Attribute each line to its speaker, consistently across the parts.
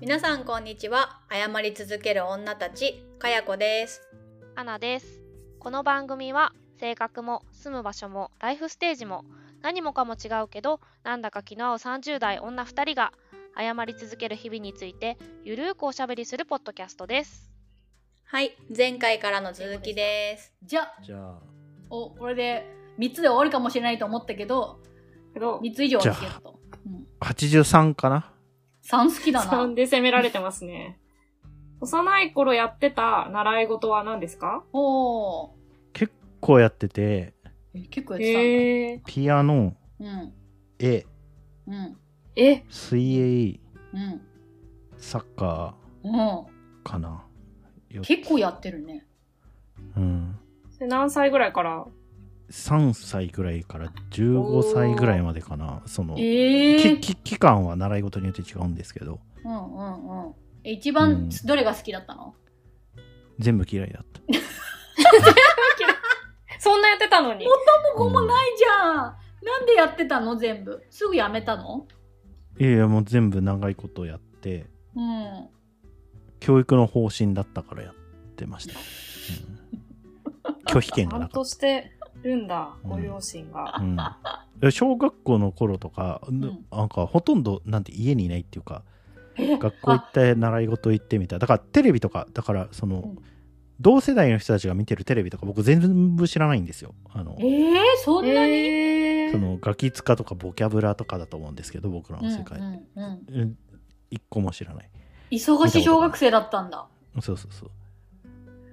Speaker 1: 皆さんこんにちは謝り続ける女たちかやこです
Speaker 2: アナです。この番組は性格も住む場所もライフステージも何もかも違うけどなんだか気の合う30代女2人が謝り続ける日々についてゆるーくおしゃべりするポッドキャストです。
Speaker 1: はい前回からの続きです
Speaker 3: じゃあ
Speaker 4: じゃあ、
Speaker 3: おこれで3つで終わるかもしれないと思ったけど
Speaker 5: けど、
Speaker 3: 3つ以上は
Speaker 4: じゃ
Speaker 3: 好
Speaker 4: あ
Speaker 3: きだと、うん、
Speaker 4: 83かな
Speaker 3: 3好きだな
Speaker 5: 3で責められてますね。幼い頃やってた習い事は何ですか
Speaker 3: おお
Speaker 4: 結構やってて、
Speaker 3: 結構やって
Speaker 5: へえ。
Speaker 4: ピアノ、
Speaker 3: たんだ
Speaker 4: 絵、
Speaker 3: うんうん
Speaker 5: え、
Speaker 4: 水泳、
Speaker 3: うん
Speaker 4: サッカ
Speaker 3: うん
Speaker 4: ーかな。よ
Speaker 3: 結構やってるね
Speaker 4: うん。
Speaker 5: それ何歳ぐらいから
Speaker 4: 3歳ぐらいから15歳ぐらいまでかな。その、
Speaker 3: ええ
Speaker 4: き
Speaker 3: ー、
Speaker 4: き期間は習い事によって違うんですけど、
Speaker 3: うんうんうんえ一
Speaker 4: う
Speaker 3: 番
Speaker 4: ん
Speaker 3: どれが好きだったの、
Speaker 4: 全部嫌いだった。
Speaker 5: そんなやってたのに。
Speaker 3: もうここもないじゃんなんでやってたの全部すぐやめたの
Speaker 4: いやいや、もう全部長いことやって、
Speaker 3: うん
Speaker 4: 教育の方針だったからやってました。うん拒否権
Speaker 5: ち
Speaker 4: が
Speaker 5: ゃ
Speaker 4: なんか
Speaker 5: と
Speaker 4: っ
Speaker 5: してるんだ、
Speaker 4: うん
Speaker 5: ご両親
Speaker 4: た。
Speaker 5: が。
Speaker 4: うん いや小学校の頃とか、
Speaker 3: ん
Speaker 4: なんかほとんどなんて家にいないっていうか、
Speaker 3: え
Speaker 4: 学校行って習い事行ってみたいなだからテレビとかだからその、
Speaker 3: うん
Speaker 4: 同世代の人たちが見てるテレビとか僕全部知らないんですよあの
Speaker 3: ええそんなに、
Speaker 5: へえ
Speaker 4: そのガキツカとかボキャブラとかだと思うんですけど僕ら
Speaker 3: う
Speaker 4: の
Speaker 3: ん
Speaker 4: 世界、
Speaker 3: うんうん、
Speaker 4: うん一個も知らない
Speaker 3: 忙しい小学生だったんだ
Speaker 4: そうそうそう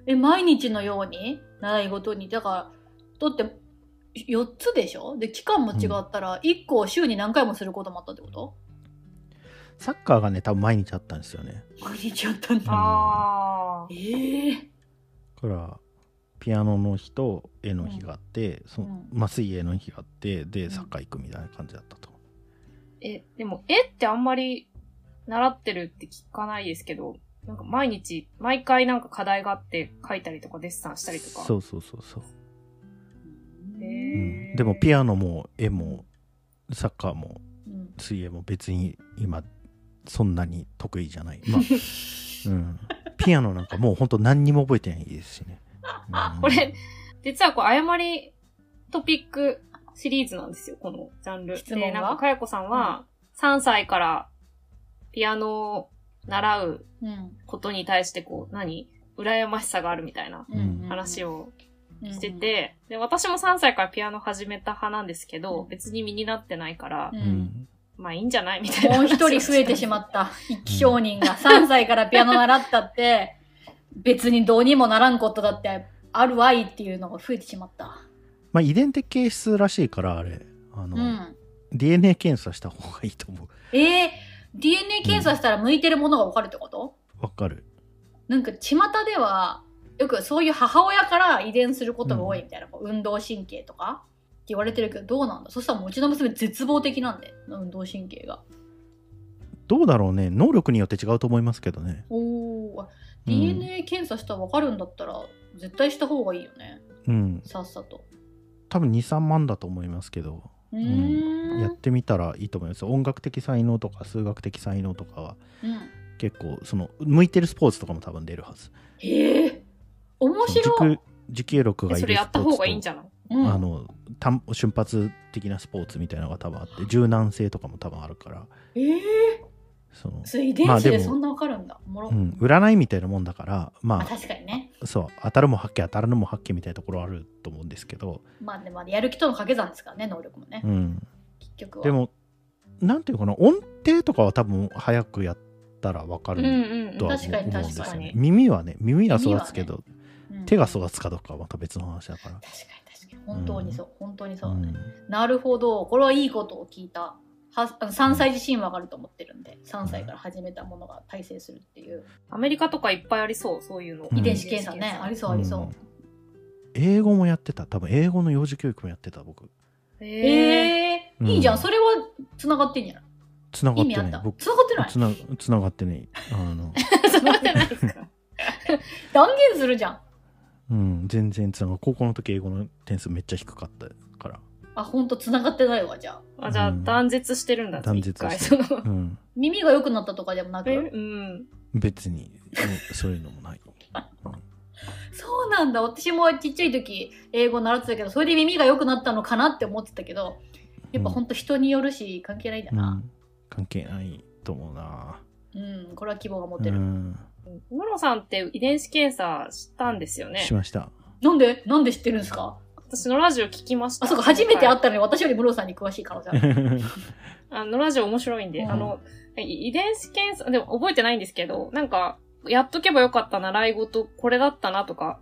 Speaker 3: え毎日のように習い事にだからだって4つでしょで期間も違ったら1個を週に何回もすることもあったってこと、
Speaker 4: サッカーがね多分毎日あったんですよね
Speaker 3: 毎日やったんだ
Speaker 5: あ
Speaker 3: え
Speaker 5: ー
Speaker 3: ー、
Speaker 4: だからピアノの日と絵の日があって、そ
Speaker 3: うん
Speaker 4: まあ、水泳の日があって
Speaker 3: ん
Speaker 4: でサッカー行くみたいな感じだったと、
Speaker 5: え、でも、絵ってあんまり習ってるって聞かないですけど、なんか毎日、毎回なんか課題があって書いたりとかデッサンしたりとか。
Speaker 4: そうそうそうそう、う
Speaker 5: へえ
Speaker 4: ん、でもピアノも絵もサッカーも
Speaker 3: うん、
Speaker 4: 水泳も別に今そんなに得意じ ゃない、まあうん、ピアノなんかもうほんと何にも覚えてないですし ね、うん
Speaker 5: これ、実はこう、誤りトピックシリーズなんですよ、このジャンル。
Speaker 3: 質問は
Speaker 5: で、なんか、かやこさんは、3歳からピアノを習う
Speaker 3: うん
Speaker 5: ことに対して、こう、何羨ましさがあるみたいな
Speaker 3: うん、
Speaker 5: 話を
Speaker 3: し
Speaker 5: してて、で、私も3歳からピアノ始めた派なんですけど、別に身になってないから
Speaker 3: う、ん
Speaker 4: うん
Speaker 5: まあいいんじゃないみたいな。
Speaker 3: もう一人増えてしま
Speaker 5: っ
Speaker 3: った一気商人が3歳からピアノ習ったって別にどうにもならんことだってあるわいっていうのが増えてしまった
Speaker 4: まあ遺伝的形質らしいからあれあ
Speaker 3: う
Speaker 4: の、
Speaker 3: ん
Speaker 4: DNA 検査した方がいいと思う
Speaker 3: えー、DNA 検査したら向いてるものが分かるってこと、
Speaker 4: わかる
Speaker 3: なんか巷ではよくそういう母親から遺伝することが多いみたいな、こう運動神経とかって言われてるけどどうなんだそしたらもううちの娘絶望的なんで運動神経が
Speaker 4: どうだろうね能力によって違うと思いますけどね
Speaker 3: おお、
Speaker 4: うん
Speaker 3: DNA 検査したら分かるんだったら絶対した方がいいよね
Speaker 4: うん
Speaker 3: さっさと
Speaker 4: 多分23万だと思いますけど
Speaker 3: うーん
Speaker 4: やってみたらいいと思います音楽的才能とか数学的才能とかは
Speaker 3: うん
Speaker 4: 結構その向いてるスポーツとかも多分出るはず
Speaker 3: へえ面白い
Speaker 4: 持久持久力がいる
Speaker 5: それやった方がいいんじ
Speaker 4: ゃ
Speaker 5: ゃない
Speaker 3: うん
Speaker 4: あの単瞬発的なスポーツみたいなのが多分あって柔軟性とかも多分あるから
Speaker 3: ええ
Speaker 4: その、
Speaker 3: それ遺伝
Speaker 4: まあ
Speaker 3: 子
Speaker 4: でも
Speaker 3: でそんな分かるんだおもろ、
Speaker 4: うん、占いみたいなもんだから
Speaker 3: あ
Speaker 4: ま
Speaker 3: 確かにね
Speaker 4: あそう当たるも発見当たらぬも発見みたいなところあると思うんですけど、
Speaker 3: まあねまあねやる気との掛け算ですからね能力もね、
Speaker 4: うん、
Speaker 3: 結局は
Speaker 4: でもなんていうかな音程とかは多分早くやったら分か
Speaker 5: うん
Speaker 4: る
Speaker 5: うんうん
Speaker 4: とは思
Speaker 3: 確
Speaker 4: う
Speaker 3: かに
Speaker 4: 思うんです
Speaker 5: 確
Speaker 4: よ
Speaker 5: か
Speaker 4: ね
Speaker 5: に
Speaker 4: 耳はね耳は育つけど、
Speaker 3: うん
Speaker 4: 手が育つかどうかはまた別の話だから。
Speaker 3: 確かに確かに本当にそう、本当にそうだ
Speaker 4: う
Speaker 3: ね、
Speaker 4: ん
Speaker 3: なるほどこれはいいことを聞いたはあの3歳自身は上がると思ってるんで3歳から始めたものが大成するっていう、
Speaker 5: アメリカとかいっぱいありそう、そういうの。
Speaker 4: うん
Speaker 3: 遺伝子検査ね、ありそうありそう、
Speaker 4: うん英語もやってた多分英語の幼児教育もやってた僕
Speaker 5: へえ。
Speaker 3: えー
Speaker 4: うん
Speaker 3: いいじゃんそれはつながってんじゃない
Speaker 4: つな
Speaker 3: 意
Speaker 4: がって
Speaker 3: 味あ
Speaker 4: な
Speaker 3: っ
Speaker 4: い
Speaker 3: た
Speaker 4: 僕
Speaker 3: つながってない
Speaker 4: つなつながってねあ の、
Speaker 5: そんなことないですか。
Speaker 3: 断言するじゃん
Speaker 4: うん、全然つなが高校の時英語の点数めっちゃ低かったから
Speaker 3: あ、ほんと繋がってないわ、じゃあ。
Speaker 5: あ、じゃあ
Speaker 4: うん
Speaker 5: 断絶してるんだ。
Speaker 4: 断絶
Speaker 5: 一回
Speaker 4: し
Speaker 5: その。
Speaker 4: うん、
Speaker 3: 耳が良くなったとかでもなく。
Speaker 5: えうん。
Speaker 4: 別に、うんそういうのもない。
Speaker 3: そうなんだ。私もちっちゃい時、英語習ってたけど、それで耳が良くなったのかなって思ってたけど、やっぱほんと人によるし、関係ないんだ
Speaker 4: う
Speaker 3: な。
Speaker 4: ん、関係ないと思うな。
Speaker 3: うん、これは希望が持
Speaker 4: う
Speaker 3: てる。
Speaker 4: ん、
Speaker 5: ムロさんって遺伝子検査したんですよね
Speaker 4: し。ました。
Speaker 3: なんでなんで知ってるんですか
Speaker 5: 私のラジオ聞きました。
Speaker 3: あ、そうか、初めて会
Speaker 5: はい
Speaker 3: ったのに私よりムロさんに詳しい可能性ある。
Speaker 5: あのラジオ面白いんで、
Speaker 3: うん
Speaker 5: あの、い遺伝子検査、でも覚えてないんですけど、なんか、やっとけばよかった習い事、これだったなとか、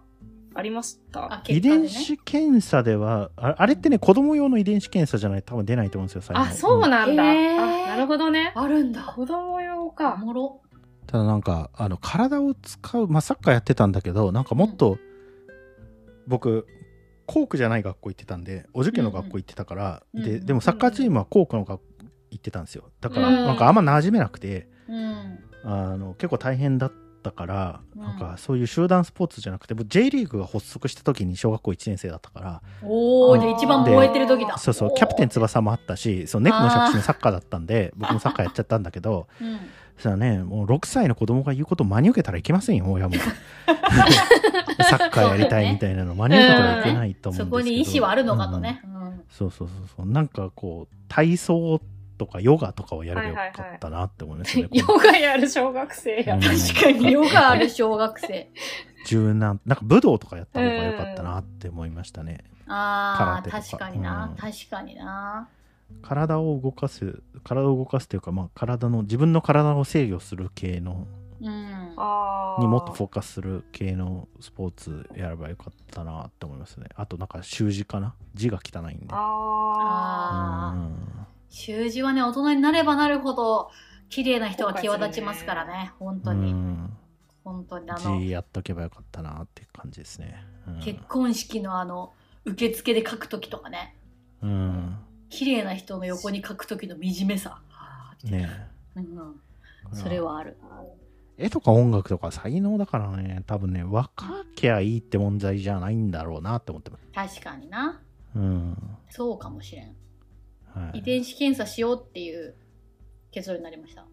Speaker 5: ありました
Speaker 3: あ、 結果で
Speaker 4: 遺伝
Speaker 3: ね。
Speaker 4: 子検査ではあ、あれってね、子供用の遺伝子検査じゃないと多分出ないと思うんですよ、最後。
Speaker 5: あ、そうなんだ。
Speaker 3: へー
Speaker 5: あ、なるほどね。
Speaker 3: あるんだ。
Speaker 5: 子供用
Speaker 3: お
Speaker 5: か。
Speaker 3: もろ。
Speaker 4: ただなんかあの体を使う、まあ、サッカーやってたんだけどなんかもっと、僕校区じゃない学校行ってたんでお受験の学校行ってたから、
Speaker 3: うんうんうん
Speaker 4: で
Speaker 3: うん
Speaker 4: でもサッカーチームは校区の学校行ってたんですよだから
Speaker 5: うん
Speaker 4: なんかあんま馴染めなくて、
Speaker 3: うん。
Speaker 4: あの結構大変だったから、
Speaker 3: うん
Speaker 4: なんかそういう集団スポーツじゃなくて僕 J リーグが発足した時に小学校1年生だったから
Speaker 3: お
Speaker 4: う
Speaker 3: ー、
Speaker 4: ん
Speaker 3: じゃあ一番燃えてる時だ。
Speaker 4: そうそうキャプテン
Speaker 3: つ
Speaker 4: 翼もあったしそう猫の借金サッカーだったんで僕もサッカーやっちゃったんだけど
Speaker 3: うん。
Speaker 4: そしたらね、もう6歳の子供が言うことを真に受けたらいけませんよ、親 も。サッカーやりたいみたいなの真に受けたらいけないと思う
Speaker 3: そ
Speaker 4: んですけど。
Speaker 3: こに意志はあるのかとね。うん。
Speaker 4: うん。そうそうそうそう。なんかこう、体操とかヨガとかをやればよかったなって思い ますね。
Speaker 5: ヨ
Speaker 4: こ
Speaker 5: ガやる小学生や。
Speaker 4: うん
Speaker 3: 確かに、ヨガある小学生。
Speaker 4: う柔軟、なんか武道とかやった方がよかったなって思いましたね。
Speaker 3: あー、
Speaker 4: 空手とか
Speaker 3: 確かにな、
Speaker 4: うん
Speaker 3: 確かにな。
Speaker 4: 体を動かす、体を動かすというか、まあ体の、自分の体を制御する系の、
Speaker 3: うん。
Speaker 5: あー
Speaker 4: にもっとフォーカスする系のスポーツやればよかったなって思いますね。あとなんか習字かな字が汚いんで。
Speaker 5: あ
Speaker 3: あー、
Speaker 4: うん
Speaker 3: 習字はね、大人になればなるほど、綺麗な人が際立ちますからね。本当に、
Speaker 4: うん
Speaker 3: 本当に。あの、
Speaker 4: 字やっとけばよかったなって感じですね。うん
Speaker 3: 結婚式のあの、受付で書く時とかね。
Speaker 4: うん。
Speaker 3: 綺麗な人の横に書く時の惨めさ。
Speaker 4: ね
Speaker 3: うんうん、
Speaker 4: え
Speaker 3: それ。はある。
Speaker 4: 絵とか音楽とか才能だからね、多分ね、若きゃいいって問題じゃないんだろうなって思ってます。
Speaker 3: 確かにな。
Speaker 4: うん。
Speaker 3: そうかもしれん。
Speaker 4: はい。
Speaker 3: 遺伝子検査しようっていう結論になりました。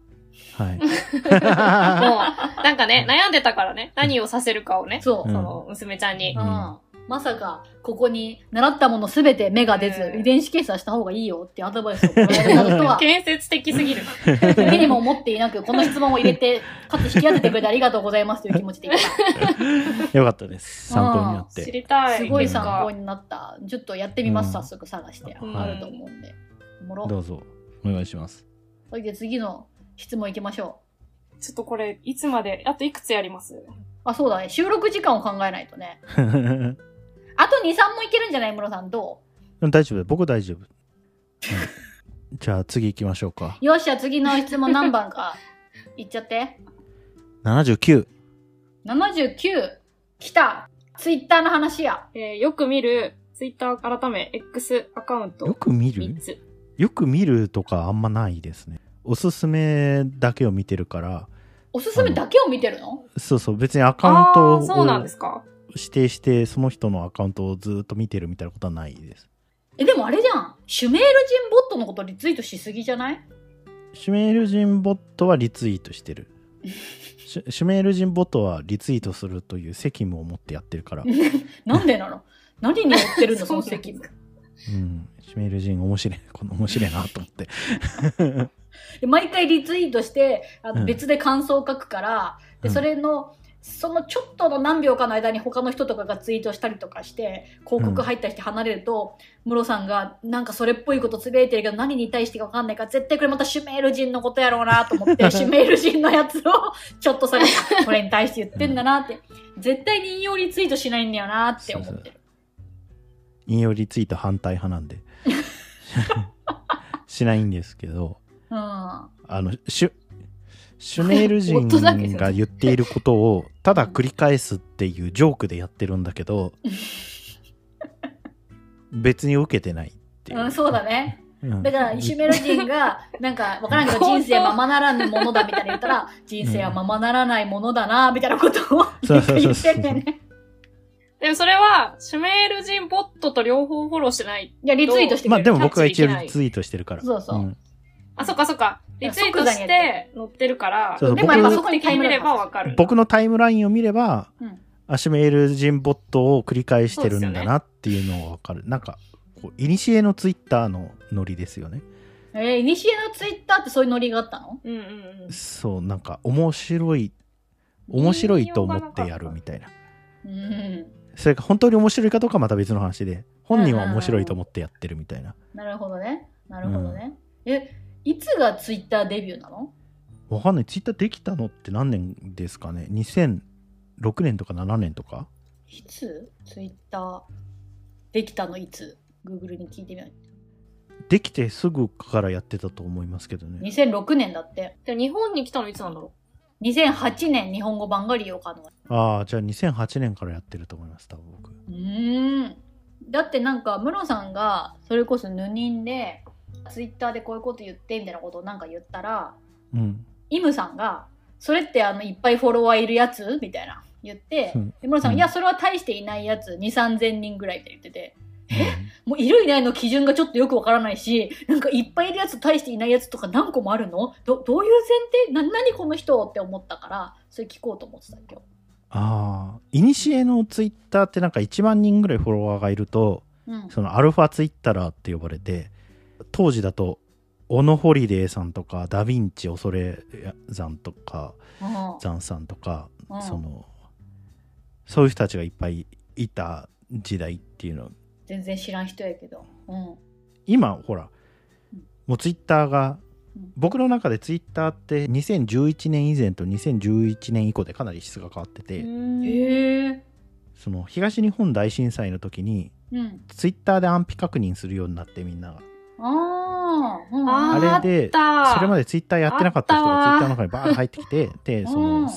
Speaker 4: はい。
Speaker 5: ーもう、なんかね、悩んでたからね、何をさせるかをね、
Speaker 3: そ
Speaker 5: そ
Speaker 3: う。
Speaker 4: うん
Speaker 5: の娘ちゃんに
Speaker 3: う。。
Speaker 4: うんん
Speaker 3: まさか、ここに習ったものすべて芽が出ず、
Speaker 5: うん
Speaker 3: 遺伝子検査した方がいいよってアドバイスをもらった人 は、
Speaker 5: 建設的すぎる。
Speaker 3: 目にも思っていなく、この質問を入れて、かつ引き当ててくれてありがとうございますという気持ちでいっ
Speaker 4: よかったです。参考になっ
Speaker 5: 知
Speaker 4: て。
Speaker 5: りた
Speaker 3: た。
Speaker 5: い。
Speaker 3: すごい
Speaker 4: さ
Speaker 3: 参考
Speaker 5: に。
Speaker 3: になった。ちょっとやってみます、
Speaker 4: うん
Speaker 3: 早速探して。
Speaker 4: うん
Speaker 3: あると思うんで。おもろ。
Speaker 4: どうぞ、お願いします。
Speaker 3: それで次の質問いきましょ
Speaker 5: ちょっとこれ、いつまで、あといくつやります
Speaker 3: う。あ、そうだね。収録時間を考えないとね。あと2、3もいけるんじゃないムロさん、ど
Speaker 4: うん大丈夫僕大丈 夫、うんじゃあ次行きましょうか
Speaker 3: うよっしゃ、次の質問何番 か。いっちゃって。
Speaker 4: 79
Speaker 3: 79来たツイッターの話や
Speaker 5: えーよく見る、ツイッター改め、X アカウント。
Speaker 4: よく見る
Speaker 5: 3つ。
Speaker 4: よく見るとかあんまないですねおすすめだけを見てるから
Speaker 3: おすすめだけを見てるの
Speaker 4: そうそう別にアカウン
Speaker 5: あ
Speaker 4: ト
Speaker 5: あー、そうなん
Speaker 4: を
Speaker 5: ですか。
Speaker 4: 指定してその人のアカウントをずっと見てるみたいなことはないです
Speaker 3: えでもあれじゃんシュメール人ボットのことリツイートしすぎじゃない
Speaker 4: シュメール人ボットはリツイートして るシュシュメール人ボットはリツイートするという責務を持ってやってる から、うん、
Speaker 3: なんでなの何に寄ってるのその
Speaker 5: そうなん
Speaker 3: 責
Speaker 5: です
Speaker 3: 務
Speaker 5: か
Speaker 4: シュメール人面白いこの面白いなと思って
Speaker 3: で毎回リツイートしてあの
Speaker 4: うん
Speaker 3: 別で感想を書くから、で
Speaker 4: うん
Speaker 3: それのそのちょっとの何秒かの間に他の人とかがツイートしたりとかして広告入ったりして離れると、ムロさんがなんかそれっぽいことつぶやいてるけど何に対してか分かんないから絶対これまたシュメール人のことやろうなと思って シュメール人のやつをちょっとそれこれに対して言ってんだなって絶対に引用リツイートしないんだよなって思ってる
Speaker 4: 引用リツイート反対派なんで しないんですけど
Speaker 3: うん
Speaker 4: あのシュシュメール人
Speaker 5: 夫だけど
Speaker 4: が言っていることをただ繰り返すっていうジョークでやってるんだけど別に受けてないっていう、
Speaker 3: うん、そうだね
Speaker 4: うん
Speaker 3: だから、シュメル人 が、なんか、わからんけど、人生はままならぬものだみたいな言ったら、人生はままならないものだな、みたいなことを
Speaker 4: そうそう
Speaker 3: 言
Speaker 4: そう
Speaker 3: って
Speaker 4: そう
Speaker 3: てね。
Speaker 5: でもそれは、シュメール人ボットと両方フォローしてない。
Speaker 3: いや、リツイートしてく
Speaker 4: まあ
Speaker 3: れ
Speaker 4: で
Speaker 3: る。
Speaker 4: も僕が一応
Speaker 5: キャッチできない
Speaker 4: リツイートしてるから。
Speaker 3: そうそうん
Speaker 5: あ、そっかそっか。リツイート
Speaker 3: 即座に
Speaker 5: し
Speaker 3: や
Speaker 5: て載ってるから、
Speaker 4: そうそう
Speaker 5: でもやっぱそこにタイムればわかる。
Speaker 4: 僕のタイムラインを見れば、
Speaker 3: うん
Speaker 4: アシュメール人ボットを繰り返してるんだなっていうのがわかる。なんか、こう、いにしえのツイッターのノリですよね。
Speaker 3: えー、いにしえのツイッターってそういうノリがあったの
Speaker 5: うんうんうん。
Speaker 4: そう、なんか、面白い、面白いと思ってやるみたいな。
Speaker 3: うん。
Speaker 4: それが本当に面白いかどうかはまた別の話で、本人は面白いと思ってやってるみたいな。
Speaker 3: なるほどね。なるほどね。え、いつがツイッターデビューなの
Speaker 4: わかんない。ツイッターできたのって何年ですかね ?2006 年とか7年とか
Speaker 3: いつツイッターできたのいつ ?Google に聞いてみよう。
Speaker 4: できてすぐからやってたと思いますけどね。
Speaker 3: 2006年だって。
Speaker 5: でも日本に来たのいつなんだろ
Speaker 3: 2008年日本語版が利用可能。
Speaker 4: ああ、じゃあ2008年からやってると思います、多分僕。
Speaker 3: うーん。だってなんか、ムロさんが、それこそヌニンで、ツイッターでこういうこと言ってみたいなことをなんか言ったら、
Speaker 4: うん。
Speaker 3: イムさんが、それってあの、いっぱいフォロワーいるやつみたいな。言って
Speaker 4: うん、
Speaker 3: でムロさん
Speaker 4: う
Speaker 3: が、
Speaker 4: ん
Speaker 3: いや、それは大していないやつ、2、3000人ぐらいって言ってて、もういるいないの基準がちょっとよくわからないし、なんかいっぱいいるやつ、大していないやつとか何個もあるのどどういう前提な、何この人って思ったから、それ聞こうと思ってた今
Speaker 4: ああ、いにしえのツイッターってなんか1万人ぐらいフォロワーがいると、
Speaker 3: 日。
Speaker 4: そのアルファツイッターって呼ばれて、当時だと、オノホリデーさんとか、ダヴィンチ恐れ山とか、
Speaker 3: うん。
Speaker 4: ザンさんとか、
Speaker 3: うん
Speaker 4: その、そういう人たちがいっぱいいた時代っていうの。
Speaker 3: 全然知らん人やけど。うん。
Speaker 4: 今、ほら
Speaker 3: うん、
Speaker 4: もうツイッターが
Speaker 3: うん、
Speaker 4: 僕の中でツイッターって2011年以前と2011年以降でかなり質が変わってて、
Speaker 5: う。うん
Speaker 3: へえ。
Speaker 4: その東日本大震災の時に
Speaker 3: うん。
Speaker 4: ツイッターで安否確認するようになってみんなが
Speaker 3: あー、うん、
Speaker 5: あー
Speaker 4: あれで
Speaker 5: あった
Speaker 4: それまでツイッターやってなかった人がツイ
Speaker 5: あ
Speaker 4: ッ
Speaker 5: ったわ
Speaker 4: ターの中にバーッ入って きてでそ
Speaker 3: うん
Speaker 4: の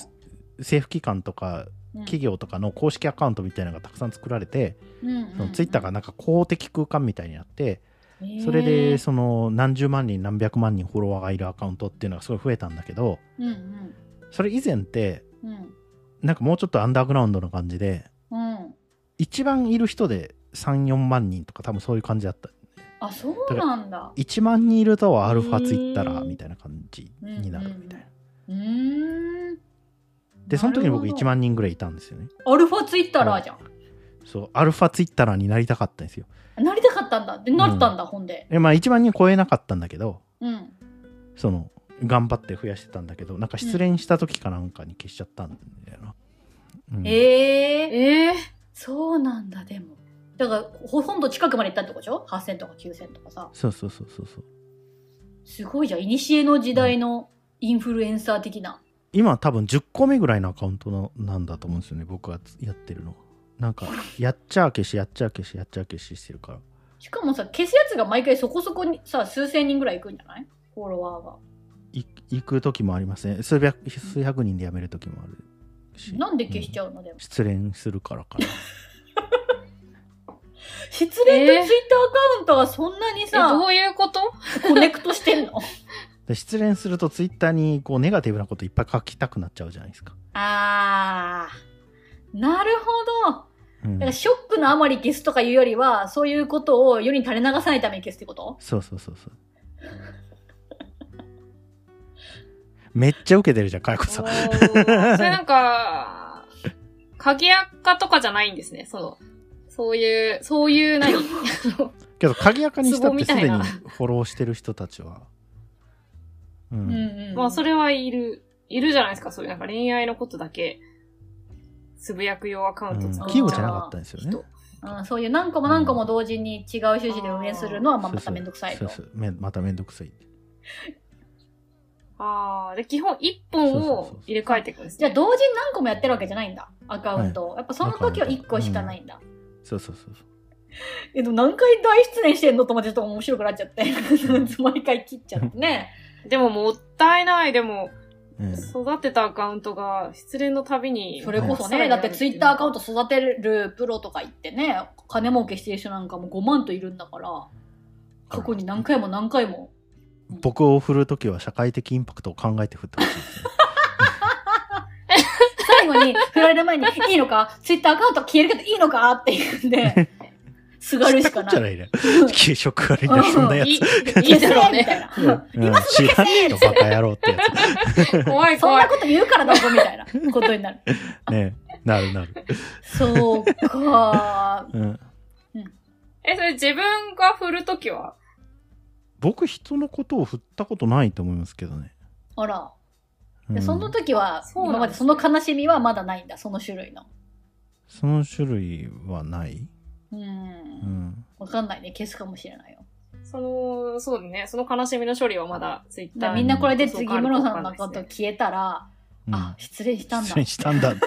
Speaker 4: 政府機関とか
Speaker 3: うん
Speaker 4: 企業とかの公式アカウントみたいなのがたくさん作られて
Speaker 3: うん
Speaker 4: そのツイッターがなんか公的空間みたいになって
Speaker 3: うんうん
Speaker 4: それで
Speaker 3: へー
Speaker 4: その何十万人何百万人フォロワーがいるアカウントっていうのがすごい増えたんだけど
Speaker 3: うんうん
Speaker 4: それ以前って
Speaker 3: うん
Speaker 4: なんかもうちょっとアンダーグラウンドな感じで
Speaker 3: うん
Speaker 4: 一番いる人で34万人とか多分そういう感じだった
Speaker 3: あそうなんだ
Speaker 4: 1万人いるとはアルファ
Speaker 5: うーん
Speaker 4: ツイッターみたいな感じになるみたいな。
Speaker 3: うーん
Speaker 4: で、その時に僕
Speaker 3: なるほど
Speaker 4: 1万人ぐらいいたんですよね。
Speaker 3: アルファツイッターじゃん
Speaker 4: そう、アルファツイッターになりたかったんですよ。
Speaker 3: なりたかったんだでなったんだ、ほんで
Speaker 4: で、まあ1万人超えなかったんだけど、
Speaker 3: うん
Speaker 4: その、頑張って増やしてたんだけど、なんか失恋した時かなんかに消しちゃったんだよな。うん
Speaker 3: ええ
Speaker 5: ええ
Speaker 3: そうなんだでもだからほほんと近くまで行ったってことでしょ8000とか9000とかさ
Speaker 4: そうそうそうそうそう。
Speaker 3: すごいじゃん古の時代のインフルエンサー的な
Speaker 4: 今多分10個目ぐらいのアカウントのなんだと思うんですよね、僕がやってるのが。なんか、やっちゃあ消し、やっちゃあ消し、やっちゃあ消ししてるから。
Speaker 3: しかもさ消すやつが毎回そこそこにさ数千人ぐらいいくんじゃないフォロワーが
Speaker 4: い行く時もありますね数百数百人で辞める時もあるし
Speaker 3: なんで消しちゃうの、でも
Speaker 4: うん失恋するからかな
Speaker 3: 失恋とツイ
Speaker 5: え
Speaker 3: ッ
Speaker 5: ー
Speaker 3: ターアカウントはそんなに
Speaker 5: え、ど
Speaker 3: さ、
Speaker 5: ういうこと
Speaker 3: コネクトしてんの
Speaker 4: で失恋するとツイッターにこうネガティブなこといっぱい書きたくなっちゃうじゃないですか、
Speaker 3: あー、なるほど。
Speaker 4: うん
Speaker 3: だからショックのあまり消すとかいうよりは、そういうことを世に垂れ流さないために消すってこと
Speaker 4: そうそうそうそうめっちゃ受けてるじゃんかやこさ
Speaker 5: お
Speaker 4: ん
Speaker 5: ーそれなんか、鍵アカとかじゃないんですね、そう。そういう、そういう何、
Speaker 4: けど鍵垢にしたっ
Speaker 5: ツボ
Speaker 4: て
Speaker 5: み
Speaker 4: す
Speaker 5: たい
Speaker 4: で
Speaker 5: な
Speaker 4: にフォローしてる人たちはう、
Speaker 3: うんんうん。
Speaker 5: まあ、そ
Speaker 3: れ。
Speaker 5: れはいる、いるじゃないですか、そういうなんか恋愛のことだけ、つぶやく用アカウント
Speaker 4: うん
Speaker 5: 作っ
Speaker 4: 器用
Speaker 5: ち
Speaker 4: じゃな
Speaker 5: ゃ
Speaker 4: か
Speaker 5: う。
Speaker 4: ったんですよね
Speaker 5: 人
Speaker 3: うん、そういう何個も何個も同時に違う趣旨で運営するのは、まあ、まためんどくさい
Speaker 4: そ
Speaker 3: と
Speaker 4: う。そうめまためんどくさい
Speaker 5: ああ、で、基本一本を入れ替えていくんです
Speaker 3: じゃ
Speaker 5: ね
Speaker 3: あ、同時に何個もやってるわけじゃないんだ。アカウントを。やっぱその時は1個しかないんだ。
Speaker 4: そうそうそうそう
Speaker 3: え、でも何回大失恋してんのと思ってちょっと面白くなっちゃって。 毎回切っちゃってね。
Speaker 5: でももったいない。でも、
Speaker 4: うん
Speaker 5: 育てたアカウントが失恋のたびに。
Speaker 3: それこそ
Speaker 5: は
Speaker 3: ね、
Speaker 5: い
Speaker 3: だってツイッターアカウント育てるプロとか言ってね、金儲けしてる人なんかも5万といるんだから、過去に何回も何回も。
Speaker 4: 僕 を振るときは社会的インパクトを考えて振ってほしいですね。
Speaker 3: 最最後に、振られる前に、いいのかツイッターアカウント消えるけどいいのかって言うんで、 すが
Speaker 4: 知
Speaker 3: る
Speaker 4: った
Speaker 3: しか
Speaker 4: こっ
Speaker 3: な
Speaker 4: ちゃ
Speaker 3: い。
Speaker 4: な いね。給食悪いんだ、そんなやつ。
Speaker 5: いい、
Speaker 3: いい
Speaker 5: いい
Speaker 3: で
Speaker 5: ですろ
Speaker 3: ねみ
Speaker 5: うね。
Speaker 3: たいな。
Speaker 4: うんうん知らねえよ、バカ野郎ってや
Speaker 5: 怖い
Speaker 3: そん
Speaker 5: 怖。
Speaker 3: ないこと言うからだぞみたいなことになる。
Speaker 4: つ。ねえなるなる。
Speaker 3: そうか。
Speaker 4: うん
Speaker 5: え、それ自分が振るときは
Speaker 4: 僕、人のことを振ったことないと思いますけどね。
Speaker 3: あら。
Speaker 4: う
Speaker 3: で
Speaker 4: ん
Speaker 3: その時は、
Speaker 5: そうなん
Speaker 3: 今まで
Speaker 5: です
Speaker 3: その悲しみはまだないんだ、その種類の。
Speaker 4: その種類はない。
Speaker 3: う。
Speaker 4: うんん。
Speaker 3: わかんないね。消すかもしれないよ。
Speaker 5: その、そうね、その悲しみの処理はまだツイ
Speaker 3: だ
Speaker 5: ッタ
Speaker 3: から
Speaker 5: ー
Speaker 3: みんなこれで次、
Speaker 5: そうか
Speaker 3: 室さんのこと消えたら、
Speaker 4: うん
Speaker 3: あ、失礼したんだ
Speaker 4: 失。礼したんだって。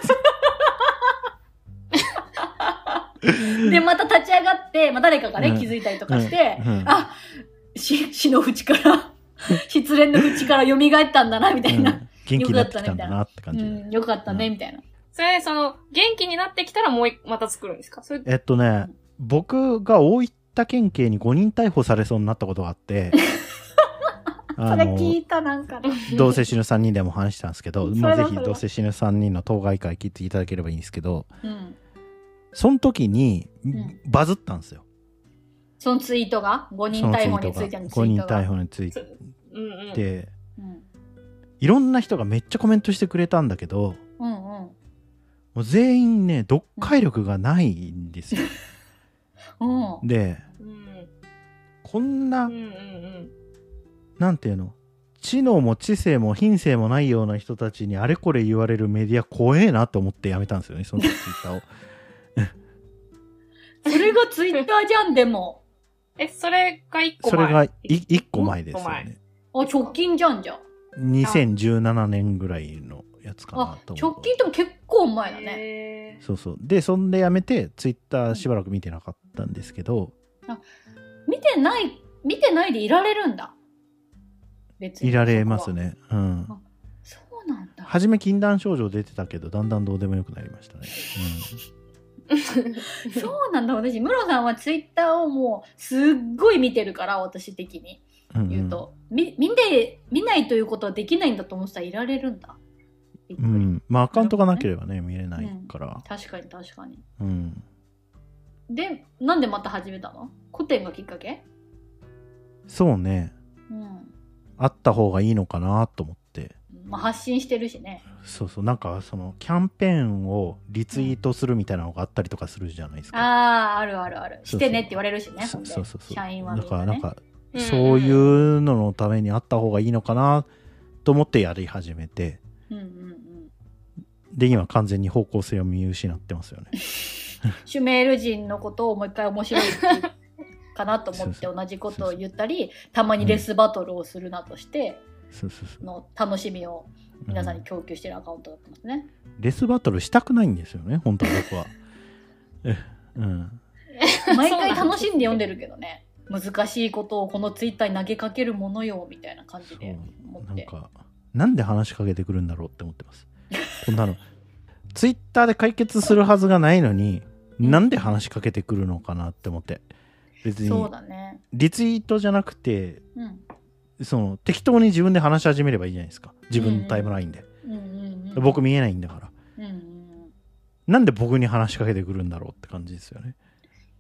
Speaker 3: で、また立ち上がって、まあ、誰かがね、
Speaker 4: うん
Speaker 3: 気づいたりとか して、
Speaker 4: うんうん
Speaker 3: あ、し 死の淵から、失恋の淵から蘇ったんだな、みたいな。
Speaker 4: 元気になってきたんだなって
Speaker 3: う
Speaker 4: 感じで、
Speaker 3: ん、よかったね、みたいな。
Speaker 5: それ、その、元気になってきたらもう一また作るんですかそれ、
Speaker 4: えっとね僕が大分県警に5人逮捕されそうになったことがあって あ
Speaker 3: それ聞
Speaker 4: の
Speaker 3: いたなんかね。
Speaker 4: どうせ死ぬ3人でも話したんですけど、
Speaker 3: うん
Speaker 4: まあ、
Speaker 3: それ
Speaker 4: ぜ
Speaker 3: は
Speaker 4: ひ
Speaker 3: それは
Speaker 4: どうせ死ぬ3人の当該会聞いていただければいいんですけど
Speaker 3: うん。
Speaker 4: その時に、
Speaker 3: ん
Speaker 4: バズったんですよ
Speaker 3: そのツイートが、5人
Speaker 4: そのツイ
Speaker 3: 逮捕
Speaker 4: ート
Speaker 3: につ
Speaker 4: が
Speaker 3: いてのツイ
Speaker 4: 5
Speaker 3: ー
Speaker 4: 人
Speaker 3: トが。
Speaker 4: 逮捕につい
Speaker 5: そうんうん。
Speaker 4: て
Speaker 3: うん
Speaker 4: いろんな人がめっちゃコメントしてくれたんだけど
Speaker 3: うんうん。
Speaker 4: もう全員ね読解力がないんですよ、
Speaker 3: うん。
Speaker 4: で
Speaker 5: うん。
Speaker 4: こんな、
Speaker 5: うんうんうん。
Speaker 4: なんていうの知能も知性も品性もないような人たちにあれこれ言われるメディア怖えなと思ってやめたんですよね、そのツイッ ターを。
Speaker 3: それがツイッターじゃん、でも。
Speaker 5: え、それが一個
Speaker 4: そ
Speaker 5: 前
Speaker 4: れがい1個前ですよね。
Speaker 3: あ、直近じゃんじゃん。
Speaker 4: 2017年ぐらいのやつかな
Speaker 3: あ、
Speaker 4: と思う
Speaker 3: 直近っても結構前だね。
Speaker 5: え
Speaker 4: そうそう。で、そんでやめて、ツイッターしばらく見てなかったんですけど、
Speaker 3: 見てない、見てないでいられるんだ。別
Speaker 4: いられます
Speaker 3: ね。
Speaker 4: ね。うん。
Speaker 3: そうなんだ。
Speaker 4: 初め禁断症状出てたけど、だんだんどうでもよくなりましたね。
Speaker 5: ー。
Speaker 3: そうなんだ。私、ムロさんはツイッターをもう、すっごい見てるから、私的に
Speaker 4: うん。んん
Speaker 3: 言う。と。み、見て、見ないということはできないんだと思ってたらいられるんだ。びっく
Speaker 4: う
Speaker 3: り
Speaker 4: ん。まあ、アカウントがなければね、見れないから。
Speaker 3: 確かに確かに。
Speaker 4: うん。
Speaker 3: で、なんでまた始めたの古典がきっかけ
Speaker 4: そうね。
Speaker 3: うん。
Speaker 4: あった方がいいのかなと思って
Speaker 3: まあ、発信してるしね。
Speaker 4: そうそうなんかそのキャンペーンをリツイートするみたいなのがあったりとかするじゃないですか、
Speaker 3: ああ、あるあるある。
Speaker 4: そうそう
Speaker 3: してねって言われるしね。
Speaker 4: そ
Speaker 3: ほんで
Speaker 4: そうそうそう
Speaker 3: 社員は
Speaker 4: だ
Speaker 3: みん
Speaker 4: か
Speaker 3: な、
Speaker 4: ら
Speaker 3: ね。
Speaker 4: なんか
Speaker 5: うんうん
Speaker 4: そういうののためにあった方がいいのかなと思ってやり始めて
Speaker 3: うんうんうん。
Speaker 4: で今完全に方向性を見失ってますよね
Speaker 3: シュメール人のことをもう一回面白いってかなと思って
Speaker 4: そうそう
Speaker 3: 同じことを言ったり、たまにレスバトルをするなとして、
Speaker 4: そうそうそう
Speaker 3: の楽しみを
Speaker 4: う
Speaker 3: 皆さんに供給してるアカウントだったんですね。
Speaker 4: レスバトルしたくないんですよね本当は 僕はえうん
Speaker 3: 毎回楽しんで読んでるけどね。難しいことをこのツイッターに投げかけるものよみたいな感じで思
Speaker 4: な
Speaker 3: っ
Speaker 4: ん
Speaker 3: て。
Speaker 4: かなんで話しかけてくるんだろうって思ってますこんなのツイッターで解決するはずがないのになんで話しかけてくるのかなって思って別
Speaker 3: そう
Speaker 4: に
Speaker 3: だね。
Speaker 4: リツイートじゃなくて
Speaker 3: うん。
Speaker 4: その適当に自分で話し始めればいいじゃないですか自分のタイムラインで、
Speaker 3: うんうんうん。
Speaker 4: 僕見えないんだから
Speaker 3: うんうん。
Speaker 4: なんで僕に話しかけてくるんだろうって感じですよね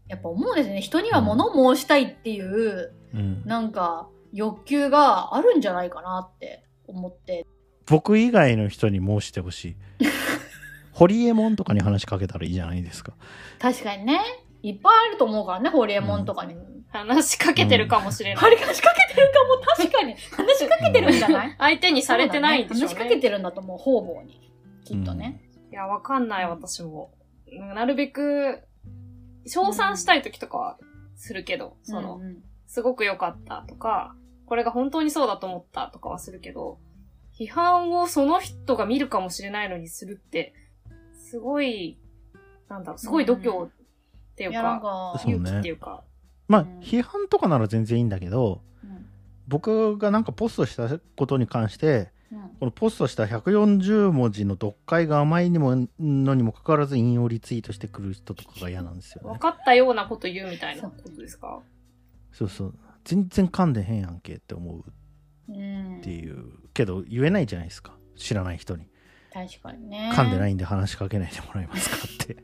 Speaker 3: やっぱ思うんですね。人には物申したいっていう、
Speaker 4: うん
Speaker 3: なんか欲求があるんじゃないかなって思って。
Speaker 4: 僕以外の人に申して ほしいホリエモンとかに話しかけたらいいじゃないですか
Speaker 3: 確かにね。いっぱいあると思うからね、ホリエモンとかに。
Speaker 5: 話しかけてるかもしれない。
Speaker 3: 話しかけてるかも、確か に。話しかけてるんじゃない、
Speaker 5: 相手にされてないんでしょうね。
Speaker 3: 話しかけてるんだと思う、方々に。きっとね。
Speaker 5: いや、わかんない、私も。なるべく、称賛したい時とかはするけど、その、
Speaker 3: うんうん
Speaker 5: すごく良かったとか、これが本当にそうだと思ったとかはするけど、批判をその人が見るかもしれないのにするって、すごい、なんだろう、すごい度胸っていう
Speaker 3: いや、なん
Speaker 5: か、
Speaker 3: か、
Speaker 4: そう
Speaker 5: 勇気っていうか、
Speaker 4: まあ、
Speaker 3: うん
Speaker 4: 批判とかなら全然いいんだけど
Speaker 3: うん
Speaker 4: 僕がなんかポストしたことに関して
Speaker 3: うん
Speaker 4: このポストした140文字の読解が甘いにものにもかかわらず引用リツイートしてくる人とかが嫌なんですよ
Speaker 5: 分
Speaker 4: ね
Speaker 5: かったようなこと言うみたいなことですか
Speaker 4: そうそう全然噛んでへんやんけって思う
Speaker 3: うん
Speaker 4: っていうけど言えないじゃないですか知らない人に
Speaker 3: 確かにね。。
Speaker 4: 噛んでないいんで話しかけないでもらえますかって。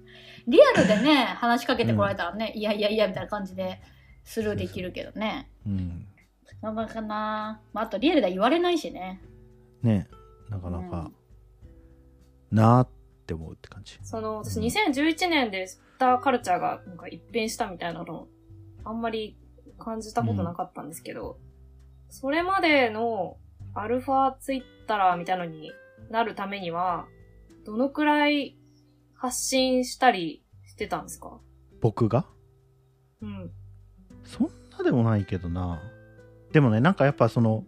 Speaker 3: リアルでね、話しかけてこられたらね、いやいやいやみたいな感じでスルーできるけどね。
Speaker 4: うん。
Speaker 3: なかなかな。まあ、あとリアルでは言われないしね。
Speaker 4: ねなかなか、なーって思うって感じ。
Speaker 5: その、私2011年でスターカルチャーがなんか一変したみたいなの、あんまり感じたことなかったんですけど、それまでのアルファツイッターみたいなのになるためには、どのくらい発信したりしてたんですか
Speaker 4: 僕が
Speaker 5: うん。
Speaker 4: そんなでもないけどな。でもね、なんかやっぱその、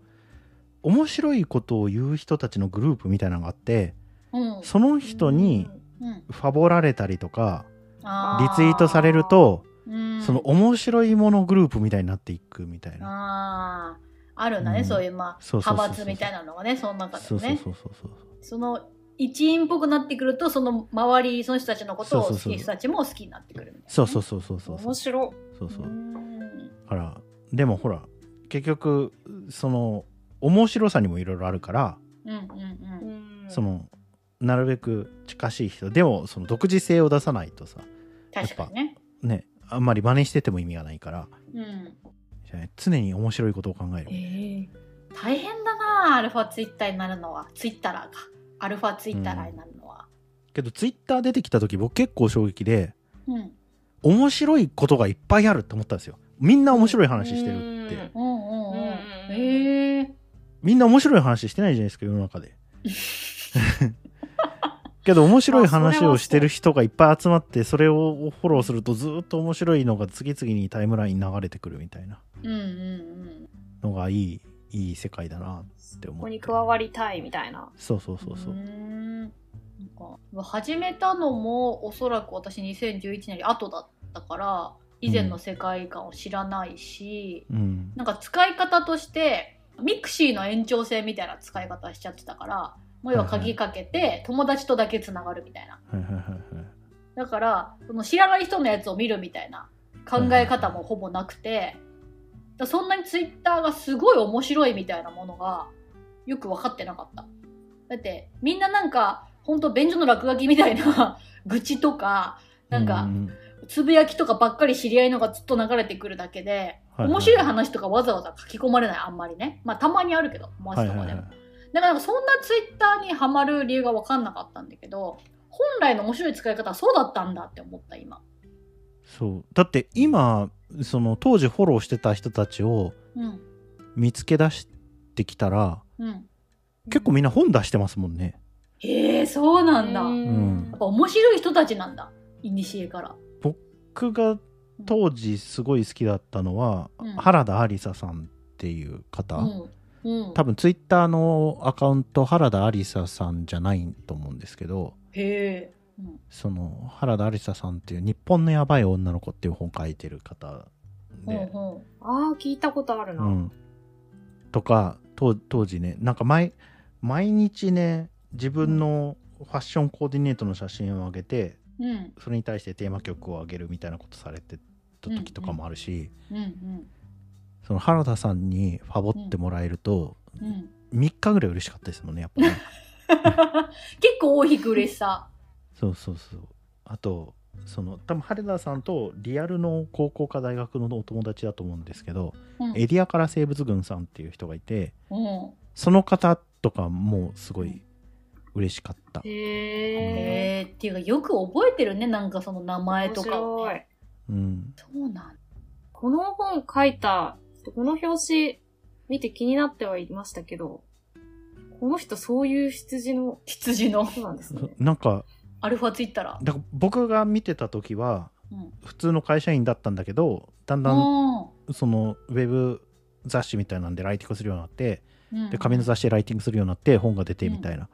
Speaker 4: 面白いことを言う人たちのグループみたいなのがあって、
Speaker 3: うん。
Speaker 4: その人に
Speaker 3: うん、
Speaker 4: ファボられたりとか、
Speaker 3: あ
Speaker 4: リ
Speaker 3: ー
Speaker 4: ツイートされると、
Speaker 3: うん、
Speaker 4: その面白いものグループみたいになっていくみたいな。
Speaker 3: あああるんだね、
Speaker 4: うん
Speaker 3: そういうまあ
Speaker 4: そうそうそうそ
Speaker 3: 派
Speaker 4: う
Speaker 3: 閥みたいなのがねその中で
Speaker 4: そう
Speaker 3: ねそ
Speaker 4: そうそうそうそう。
Speaker 3: の一員っぽくなってくるとその周りその人たちのことを
Speaker 4: そ
Speaker 3: 好
Speaker 4: うそうそう
Speaker 3: き人たちも好きになってくるみたいなね、
Speaker 4: そうそうそうそうそう。
Speaker 5: 面白い。
Speaker 4: そうそうう。
Speaker 3: ん
Speaker 4: だから、でもほら、結局、その、面白さにもいろいろあるから、
Speaker 3: うんうんうん
Speaker 5: うん
Speaker 4: その、なるべく近しい人、でもその独自性を出さないとさ、
Speaker 3: 確かにね
Speaker 4: ね、あんまり真似してても意味がないから、
Speaker 3: うん
Speaker 4: 常に面白いことを考える。
Speaker 3: えー大変だなアルファツイッターになるのはツイッターかアルファツイッターになるのは
Speaker 4: けど、ツイッター出てきた時、僕結構衝撃で、
Speaker 3: うん、
Speaker 4: 面白いことがいっぱいあるって思ったんですよ。みんな面白い話してるって。
Speaker 5: う
Speaker 3: うんうんうん
Speaker 5: んうんうんうん
Speaker 3: へえ
Speaker 4: みんな面白い話してないじゃないですか、世の中 で。けど面白い話をしてる人がいっぱい集まってそれをフォローするとずーっと面白いのが次々にタイムラインに流れてくるみたいな
Speaker 3: うんうん
Speaker 4: のがいいいい世界だなって
Speaker 5: こ
Speaker 4: 思
Speaker 5: こ
Speaker 4: っ
Speaker 5: に
Speaker 4: て
Speaker 5: 加わりたいみたいな。
Speaker 4: そうそうそううんそう
Speaker 3: ー
Speaker 4: うん
Speaker 3: なんか始めたのもおそらく私2011年より後だったから以前の世界観を知らないし、
Speaker 4: ん
Speaker 3: なんか使い方としてミクシーの延長線みたいな使い方しちゃってたからもう要は鍵かけて友達とだけつながるみたいな
Speaker 4: はいはいはいはい
Speaker 3: だからその知らない人のやつを見るみたいな考え方もほぼなくて、だからそんなにツイッターがすごい面白いみたいなものがよく分かってなかっただってみんななんかほんと便所の落書きみたいな 愚痴とかなん
Speaker 4: う
Speaker 3: か
Speaker 4: ん
Speaker 3: つぶやきとかばっかり知り合いのがずっと流れてくるだけで
Speaker 4: はいはい
Speaker 3: 面白い話とかわざわざ書き込まれないあんまりねまあたまにあるけど友
Speaker 4: はい
Speaker 3: 達と
Speaker 4: はい
Speaker 3: かで
Speaker 4: はい
Speaker 3: もだからなんかそんなツイッターにはまる理由が分かんなかったんだけど本来の面白い使い方はそうだったんだって思った今、
Speaker 4: そうだって今その当時フォローしてた人たちを
Speaker 3: うん
Speaker 4: 見つけ出してきたら
Speaker 3: うん、
Speaker 4: 結構みんな本出してますもんね
Speaker 3: へえそうなんだ、
Speaker 5: う
Speaker 3: やっ
Speaker 5: ん
Speaker 3: ぱ面白い人たちなんだいにしえから
Speaker 4: 僕が当時すごい好きだったのは、
Speaker 3: うん
Speaker 4: 原田ありささんっていう方、
Speaker 3: うんうん
Speaker 4: 多分ツイッターのアカウント原田ありささんじゃないと思うんですけど
Speaker 3: へえ、うん、
Speaker 4: その原田ありささんっていう「日本のやばい女の子」っていう本書いてる方
Speaker 3: ほう
Speaker 4: で、
Speaker 3: ほ
Speaker 5: ああ、聞いたことある
Speaker 4: う
Speaker 5: な。
Speaker 4: ん、とか当当時ねなんか毎毎日ね自分のファッションコーディネートの写真を上げて
Speaker 3: ううん
Speaker 4: それに対してテーマ曲を上げるみたいなことされてた時とかもあるし、
Speaker 3: うんうん
Speaker 4: その原田さんにファボってもらえると、
Speaker 3: うん
Speaker 4: 3日ぐらい嬉しかったですもんねやっぱね
Speaker 3: 結構大きく嬉しさ
Speaker 4: そうそうそうあとその多分原田さんとリアルの高校か大学のお友達だと思うんですけど、
Speaker 3: うん
Speaker 4: エリアから生物群さんっていう人がいて
Speaker 3: うん
Speaker 4: その方とかもすごい嬉しかった、
Speaker 5: へえ。
Speaker 3: へえっていうかよく覚えてるねなんかその名前
Speaker 5: 面
Speaker 3: とかを
Speaker 5: 白
Speaker 3: ね
Speaker 5: い。
Speaker 4: うん、
Speaker 3: そうなん
Speaker 5: この本書いた、この表紙見て気になってはいましたけど、この人そういう羊の
Speaker 3: 羊の
Speaker 5: 人なんですね。
Speaker 4: なんか
Speaker 3: アルファツイッターら
Speaker 4: だから僕が見てた時は
Speaker 3: うん
Speaker 4: 普通の会社員だったんだけどだんだん
Speaker 3: う
Speaker 4: そのウェブ雑誌みたいなんでライティングするようになって
Speaker 3: ん
Speaker 4: で紙の雑誌でライティングするようになって本が出てみたいな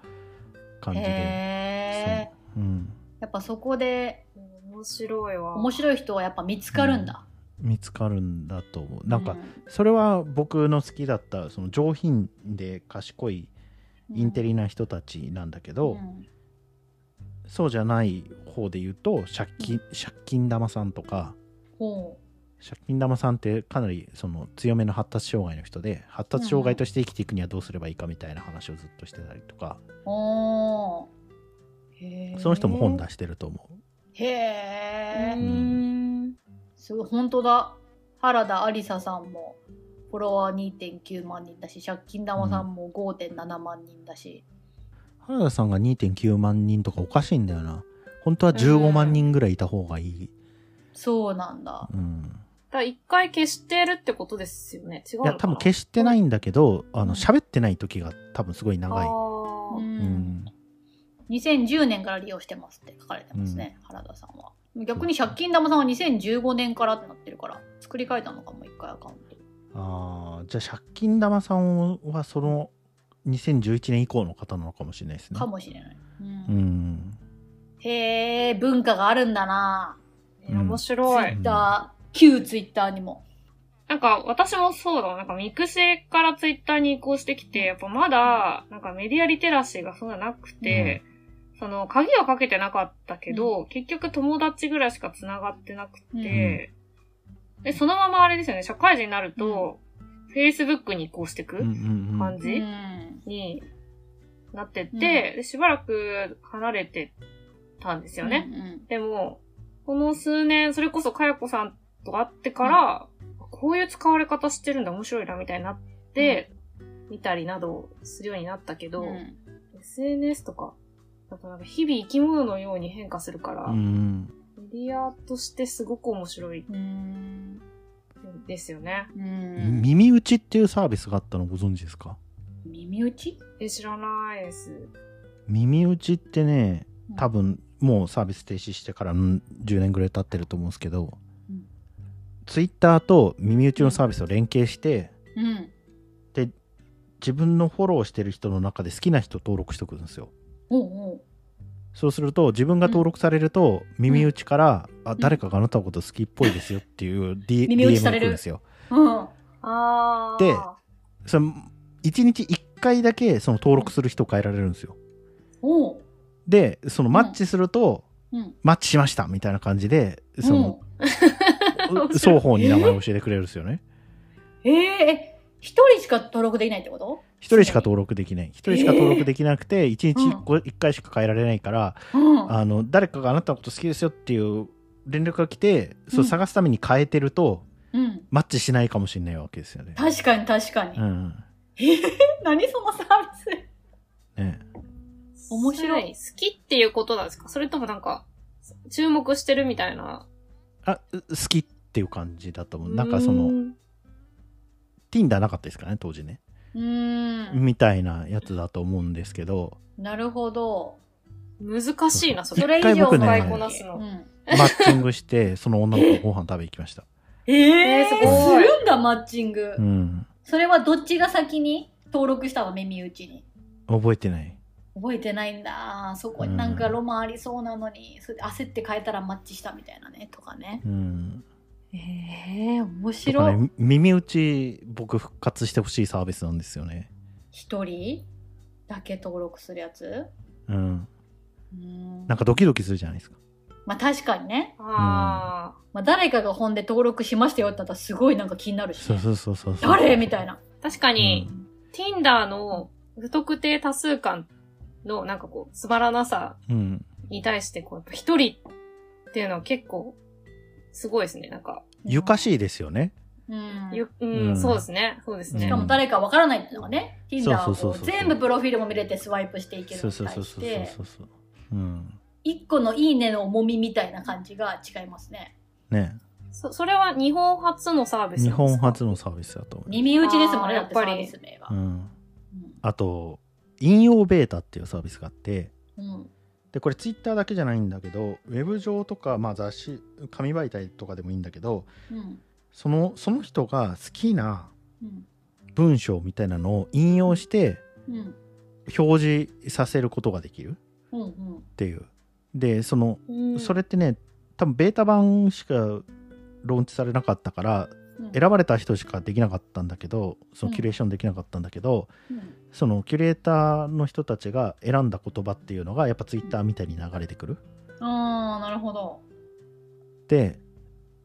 Speaker 4: 感じ
Speaker 3: へ
Speaker 4: で、
Speaker 3: え
Speaker 4: そううん、
Speaker 3: やっぱそこで
Speaker 5: 面白いわ。
Speaker 3: 面白い人はやっぱ見つかるんだ、
Speaker 4: 見つかるんだと思うなん
Speaker 3: う
Speaker 4: かそれは僕の好きだったその上品で賢いインテリな人たちなんだけど、
Speaker 3: うん
Speaker 4: そうじゃない方で言うと借金借金玉さんとか
Speaker 3: ほ
Speaker 4: 借金玉さんってかなりその強めの発達障害の人で発達障害として生きていくにはどうすればいいかみたいな話をずっとしてたりとか、
Speaker 3: うおへー
Speaker 4: その人も本出してると思
Speaker 3: へえ、
Speaker 5: う
Speaker 4: う。
Speaker 5: ん。
Speaker 3: すごい本当だ原田ありささんもフォロワー2.9万人だし借金玉さんも5.7万人だし、
Speaker 4: う原田さんが2.9万人とかおかしいんだよな本当は15万人ぐらいいた方がいい、
Speaker 3: そうなんだ
Speaker 4: うん、
Speaker 5: だから一回消してるってことですよね。違うの
Speaker 4: い
Speaker 5: かな
Speaker 4: や多分消してないんだけどあの喋ってない時が多分すごい長
Speaker 3: う
Speaker 4: い、
Speaker 5: あー
Speaker 4: うん
Speaker 3: ん、2010年から利用してますって書かれてますね、原田さんは逆に借金玉さんは2015年からってなってるから作り変えたのかも一回アカウント
Speaker 4: ああじゃあ借金玉さんはその2011年以降の方なのかもしれないですね
Speaker 3: かもしれない、う
Speaker 4: うんん
Speaker 3: へえ文化があるんだな
Speaker 5: ね面白い。
Speaker 4: うん
Speaker 3: Twitter 旧ツイッターにも
Speaker 5: なんか、私もそうだわ。なんか、ミクシーからツイッターに移行してきて、やっぱまだ、なんかメディアリテラシーがそんななくて、その、鍵はかけてなかったけど、結局友達ぐらいしか繋がってなくて、で、そのままあれですよね、社会人になると、Facebook に移行して
Speaker 4: うんう
Speaker 5: く
Speaker 4: んうん
Speaker 5: 感
Speaker 3: う
Speaker 5: じ
Speaker 3: ん
Speaker 5: になってって、
Speaker 3: うん
Speaker 5: で、しばらく離れてたんですよね。
Speaker 3: うん
Speaker 5: でも、この数年、それこそかやこさんと会ってから、こういう使われ方してるんだ、面白いな、みたいになって、見たりなどするようになったけど、
Speaker 3: うん
Speaker 5: SNS とか、やっぱなんか日々生き物のように変化するから、
Speaker 4: う
Speaker 5: メ
Speaker 4: ん
Speaker 5: ディアとしてすごく面白い
Speaker 3: うん
Speaker 5: ですよね。
Speaker 3: う
Speaker 4: うん
Speaker 3: ん
Speaker 4: 耳打ちっていうサービスがあったのご存知ですか
Speaker 3: 耳打ち
Speaker 5: え、知らないです。
Speaker 4: 耳打ちってね
Speaker 3: うん
Speaker 4: 多分もうサービス停止してからうん10年ぐらい経ってると思うんですけど、
Speaker 3: うん
Speaker 4: ツイッターと耳打ちのサービスを連携して
Speaker 3: うん
Speaker 4: 自分のフォローしてる人の中で好きな人登録しておくんですよ
Speaker 3: おうおう
Speaker 4: そうすると自分が登録されると耳打ちから、あ誰かがあなたのこと好きっぽいですよっていう D-
Speaker 3: 耳打
Speaker 4: DM
Speaker 3: ち
Speaker 4: が
Speaker 3: さ
Speaker 4: 来
Speaker 3: れる
Speaker 4: るんですよ
Speaker 3: うん
Speaker 5: あー。
Speaker 4: でそれ1日1回だけその登録する人変えられるんですよ
Speaker 3: おう
Speaker 4: でそのマッチすると、
Speaker 3: うん
Speaker 4: マッチしましたみたいな感じでその、
Speaker 5: 面白い
Speaker 4: 双方に名前を教えてくれるんですよね。
Speaker 3: うんええ一人しか登録できないってこと
Speaker 4: 一人しか登録できない。一人しか登録できなくて、一日一個一回しか変えられないから、
Speaker 3: うん
Speaker 4: あの、誰かがあなたのこと好きですよっていう連絡が来て、そううん探すために変えてると、
Speaker 3: うん
Speaker 4: マッチしないかもしれないわけですよね。
Speaker 3: 確かに確かに、
Speaker 4: うん。
Speaker 3: 何そのサービス
Speaker 4: ね。
Speaker 3: 面白い
Speaker 5: 好きっていうことなんですかそれともなんか、注目してるみたいな。
Speaker 4: あ、う好きっていう感じだと思う。なんかその、Tinder なかったですからね、当時ね。
Speaker 3: うーん
Speaker 4: みたいなやつだと思うんですけど、
Speaker 3: なるほど
Speaker 5: 難しいな、それ。
Speaker 3: それ以上
Speaker 4: 一回僕
Speaker 3: の
Speaker 4: ね
Speaker 5: 使
Speaker 3: 使
Speaker 5: い
Speaker 3: い
Speaker 5: こ
Speaker 3: こ
Speaker 5: な
Speaker 3: な
Speaker 5: す
Speaker 3: すの、
Speaker 5: の
Speaker 3: うん
Speaker 4: マッチングして、その女の子とご飯食べ行きました。
Speaker 3: ええ
Speaker 5: えーすごい
Speaker 3: するんだマッチング、
Speaker 4: うん。
Speaker 3: それはどっちが先に登録したの耳打ちに
Speaker 4: 覚えてない。
Speaker 3: 覚えてないんだそこになんかロマンありそうなのに、それで焦って変えたらマッチしたみたいなねとかね
Speaker 4: うん。
Speaker 3: ええ面
Speaker 4: とか
Speaker 3: 白い、
Speaker 4: ね、耳打ち僕復活してほしいサービスなんですよね。
Speaker 3: 一人だけ登録するやつ
Speaker 4: うん。
Speaker 3: うーん
Speaker 4: なんかドキドキするじゃないですか。
Speaker 3: まあ確かにね、
Speaker 5: ああ、
Speaker 3: まあ、誰かが本で登録しましたよってなったらすごいなんか気になるし、
Speaker 4: そ
Speaker 3: ね
Speaker 4: うそうそうそうそう。
Speaker 3: 誰みたいな
Speaker 5: 確かに
Speaker 4: う、
Speaker 5: Tinder の不特定多数感のなんかこう、つまらなさ
Speaker 4: うん。
Speaker 5: に対して、こう、やっぱ一人っていうのは結構、すごいですね。なんか、
Speaker 4: ゆかしいですよね。
Speaker 3: うん
Speaker 5: ゆうん、
Speaker 4: うん
Speaker 5: そうですね。そうです
Speaker 4: う
Speaker 5: ね。
Speaker 4: ん
Speaker 3: しかも誰かわからないっていうのがね、Tinder は
Speaker 4: そうそう
Speaker 3: こ
Speaker 4: そう
Speaker 3: う
Speaker 4: そう
Speaker 3: 全部プロフィールも見れてスワイプしていける
Speaker 4: そう
Speaker 3: に
Speaker 4: そうそ
Speaker 3: 対
Speaker 4: う
Speaker 3: し
Speaker 4: そう
Speaker 3: て
Speaker 4: そうそう。うん。
Speaker 3: 一個のいいねの重みみたいな感じが違いますね
Speaker 4: ね。
Speaker 5: そそれは日本初のサービス
Speaker 4: 日本初
Speaker 5: の。
Speaker 4: のサービスだと思う。
Speaker 3: 耳打ちですもんね
Speaker 5: あ
Speaker 3: だ
Speaker 5: ー
Speaker 3: って
Speaker 5: や
Speaker 3: サ
Speaker 5: っぱ
Speaker 3: ー
Speaker 5: り
Speaker 3: ビス名が
Speaker 4: うん。
Speaker 3: うん
Speaker 4: あと、引用ベータっていうサービスがあって、
Speaker 3: うん
Speaker 4: で、これツイッターだけじゃないんだけど、ウェブ上とか、まあ雑誌、紙媒体とかでもいいんだけど、
Speaker 3: うん
Speaker 4: その、その人が好きな
Speaker 3: うん
Speaker 4: 文章みたいなのを引用して
Speaker 3: うん
Speaker 4: 表示させることができる。
Speaker 3: うんうん
Speaker 4: っていうでその、
Speaker 5: うん
Speaker 4: それってね多分ベータ版しかローンチされなかったから
Speaker 3: うん
Speaker 4: 選ばれた人しかできなかったんだけどその
Speaker 3: うん
Speaker 4: キュレーションできなかったんだけど、
Speaker 3: うん
Speaker 4: そのキュレーターの人たちが選んだ言葉っていうのがやっぱツイッターみたいに流れてくる。
Speaker 3: ああなるほど
Speaker 4: で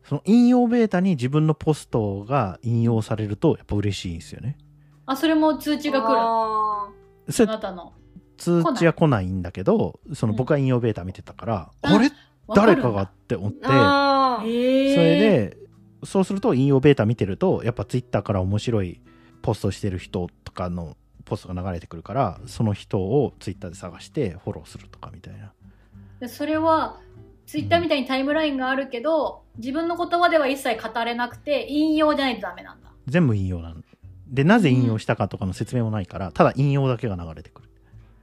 Speaker 4: その引用ベータに自分のポストが引用されるとやっぱ嬉しいんですよね。
Speaker 3: あそれも通知が来る
Speaker 5: あ
Speaker 4: そ
Speaker 3: あ
Speaker 4: れ
Speaker 3: なたの
Speaker 4: 通知は来ないんだけどその
Speaker 3: うん
Speaker 4: 僕はインオベーター見てたから、
Speaker 3: あ
Speaker 4: あれ
Speaker 3: わる
Speaker 4: 誰
Speaker 3: んだ
Speaker 4: かがって思って
Speaker 5: あ
Speaker 3: え
Speaker 5: あ。
Speaker 4: そ
Speaker 3: ー、
Speaker 4: れでそうすると引用ベータ見てるとやっぱツイッターから面白いポストしてる人とかのポストが流れてくるからその人をツイッターで探してフォローするとかみたいな
Speaker 3: でそれはツイッターみたいにタイムラインがあるけど自分の言葉では一切語れなくて引用じゃないとダメなんだ
Speaker 4: 全部引用なのでなぜ引用したかとかの説明もないから、ただ引用だけが流れてくる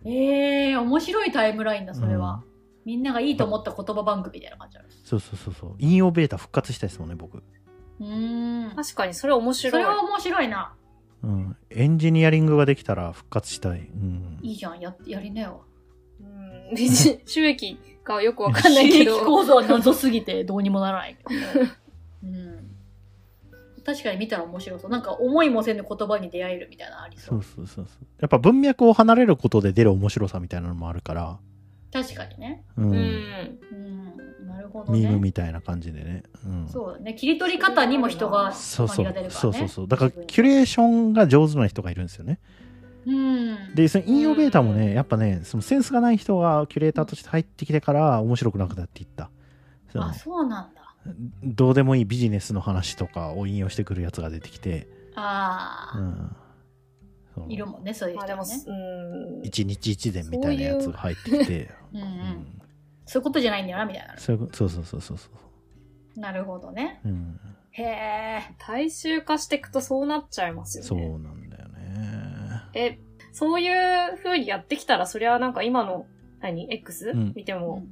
Speaker 3: えー、面白いタイムラインだそれは、みんながいいと思った言葉番組みたいな感じある
Speaker 4: そうそうそうそう引用ベータ復活したいですもんね僕、
Speaker 3: うーん
Speaker 5: 確かに、それ面
Speaker 3: それ
Speaker 5: 白。
Speaker 3: はい面白いな
Speaker 4: うん、エンジニアリングができたら復活したい、うん、
Speaker 3: いいじゃんややりな よ
Speaker 5: うん。ビジ収益がよくわかんない
Speaker 3: 刺激
Speaker 5: けど。
Speaker 3: 構造は謎すぎてどうにもならない けど、うん、確かに見たら面白そうなんか思いもせぬ言葉に出会えるみたいなのありそ
Speaker 4: そううそうそうそうやっぱ文脈を離れることで出る面白さみたいなのもあるから、
Speaker 3: 確かにね
Speaker 4: うん
Speaker 5: うん。
Speaker 3: うんなるほど
Speaker 4: ミーム
Speaker 3: ね
Speaker 4: みたいな感じでね、うん、
Speaker 3: そうだね切り取り方にも人が
Speaker 4: そうそ
Speaker 3: 感じ
Speaker 4: う、
Speaker 3: が出るからね
Speaker 4: そうそうそうだから
Speaker 3: 自分に
Speaker 4: キュレーションが上手な人がいるんですよね
Speaker 3: うん
Speaker 4: でその引用ベータも
Speaker 5: うん
Speaker 4: ねやっぱねそのセンスがない人がキュレーターとして入ってきてから面白くなくなっていったその
Speaker 3: あそうなんだ
Speaker 4: どうでもいいビジネスの話とかを引用してくるやつが出てきて、
Speaker 3: あ
Speaker 4: う
Speaker 3: あ、
Speaker 4: ん、その
Speaker 3: いるもんねそういう
Speaker 5: まあ
Speaker 3: 人
Speaker 5: で
Speaker 3: ね
Speaker 5: も、うん。
Speaker 4: 一日一善みたいなやつが入ってきて
Speaker 3: うんう、
Speaker 4: うんん
Speaker 3: そういうことじゃないんだよなみたいな
Speaker 4: そういうことそうそうそうそうそう
Speaker 3: なるほどね
Speaker 4: うん
Speaker 3: へえ
Speaker 5: 大衆化していくとそうなっちゃいますよね。
Speaker 4: そうなんだよね
Speaker 5: え、そういう風にやってきたら、そりゃなんか今の、何 ?X?、
Speaker 4: うん
Speaker 5: 見て
Speaker 3: う
Speaker 5: も
Speaker 3: ん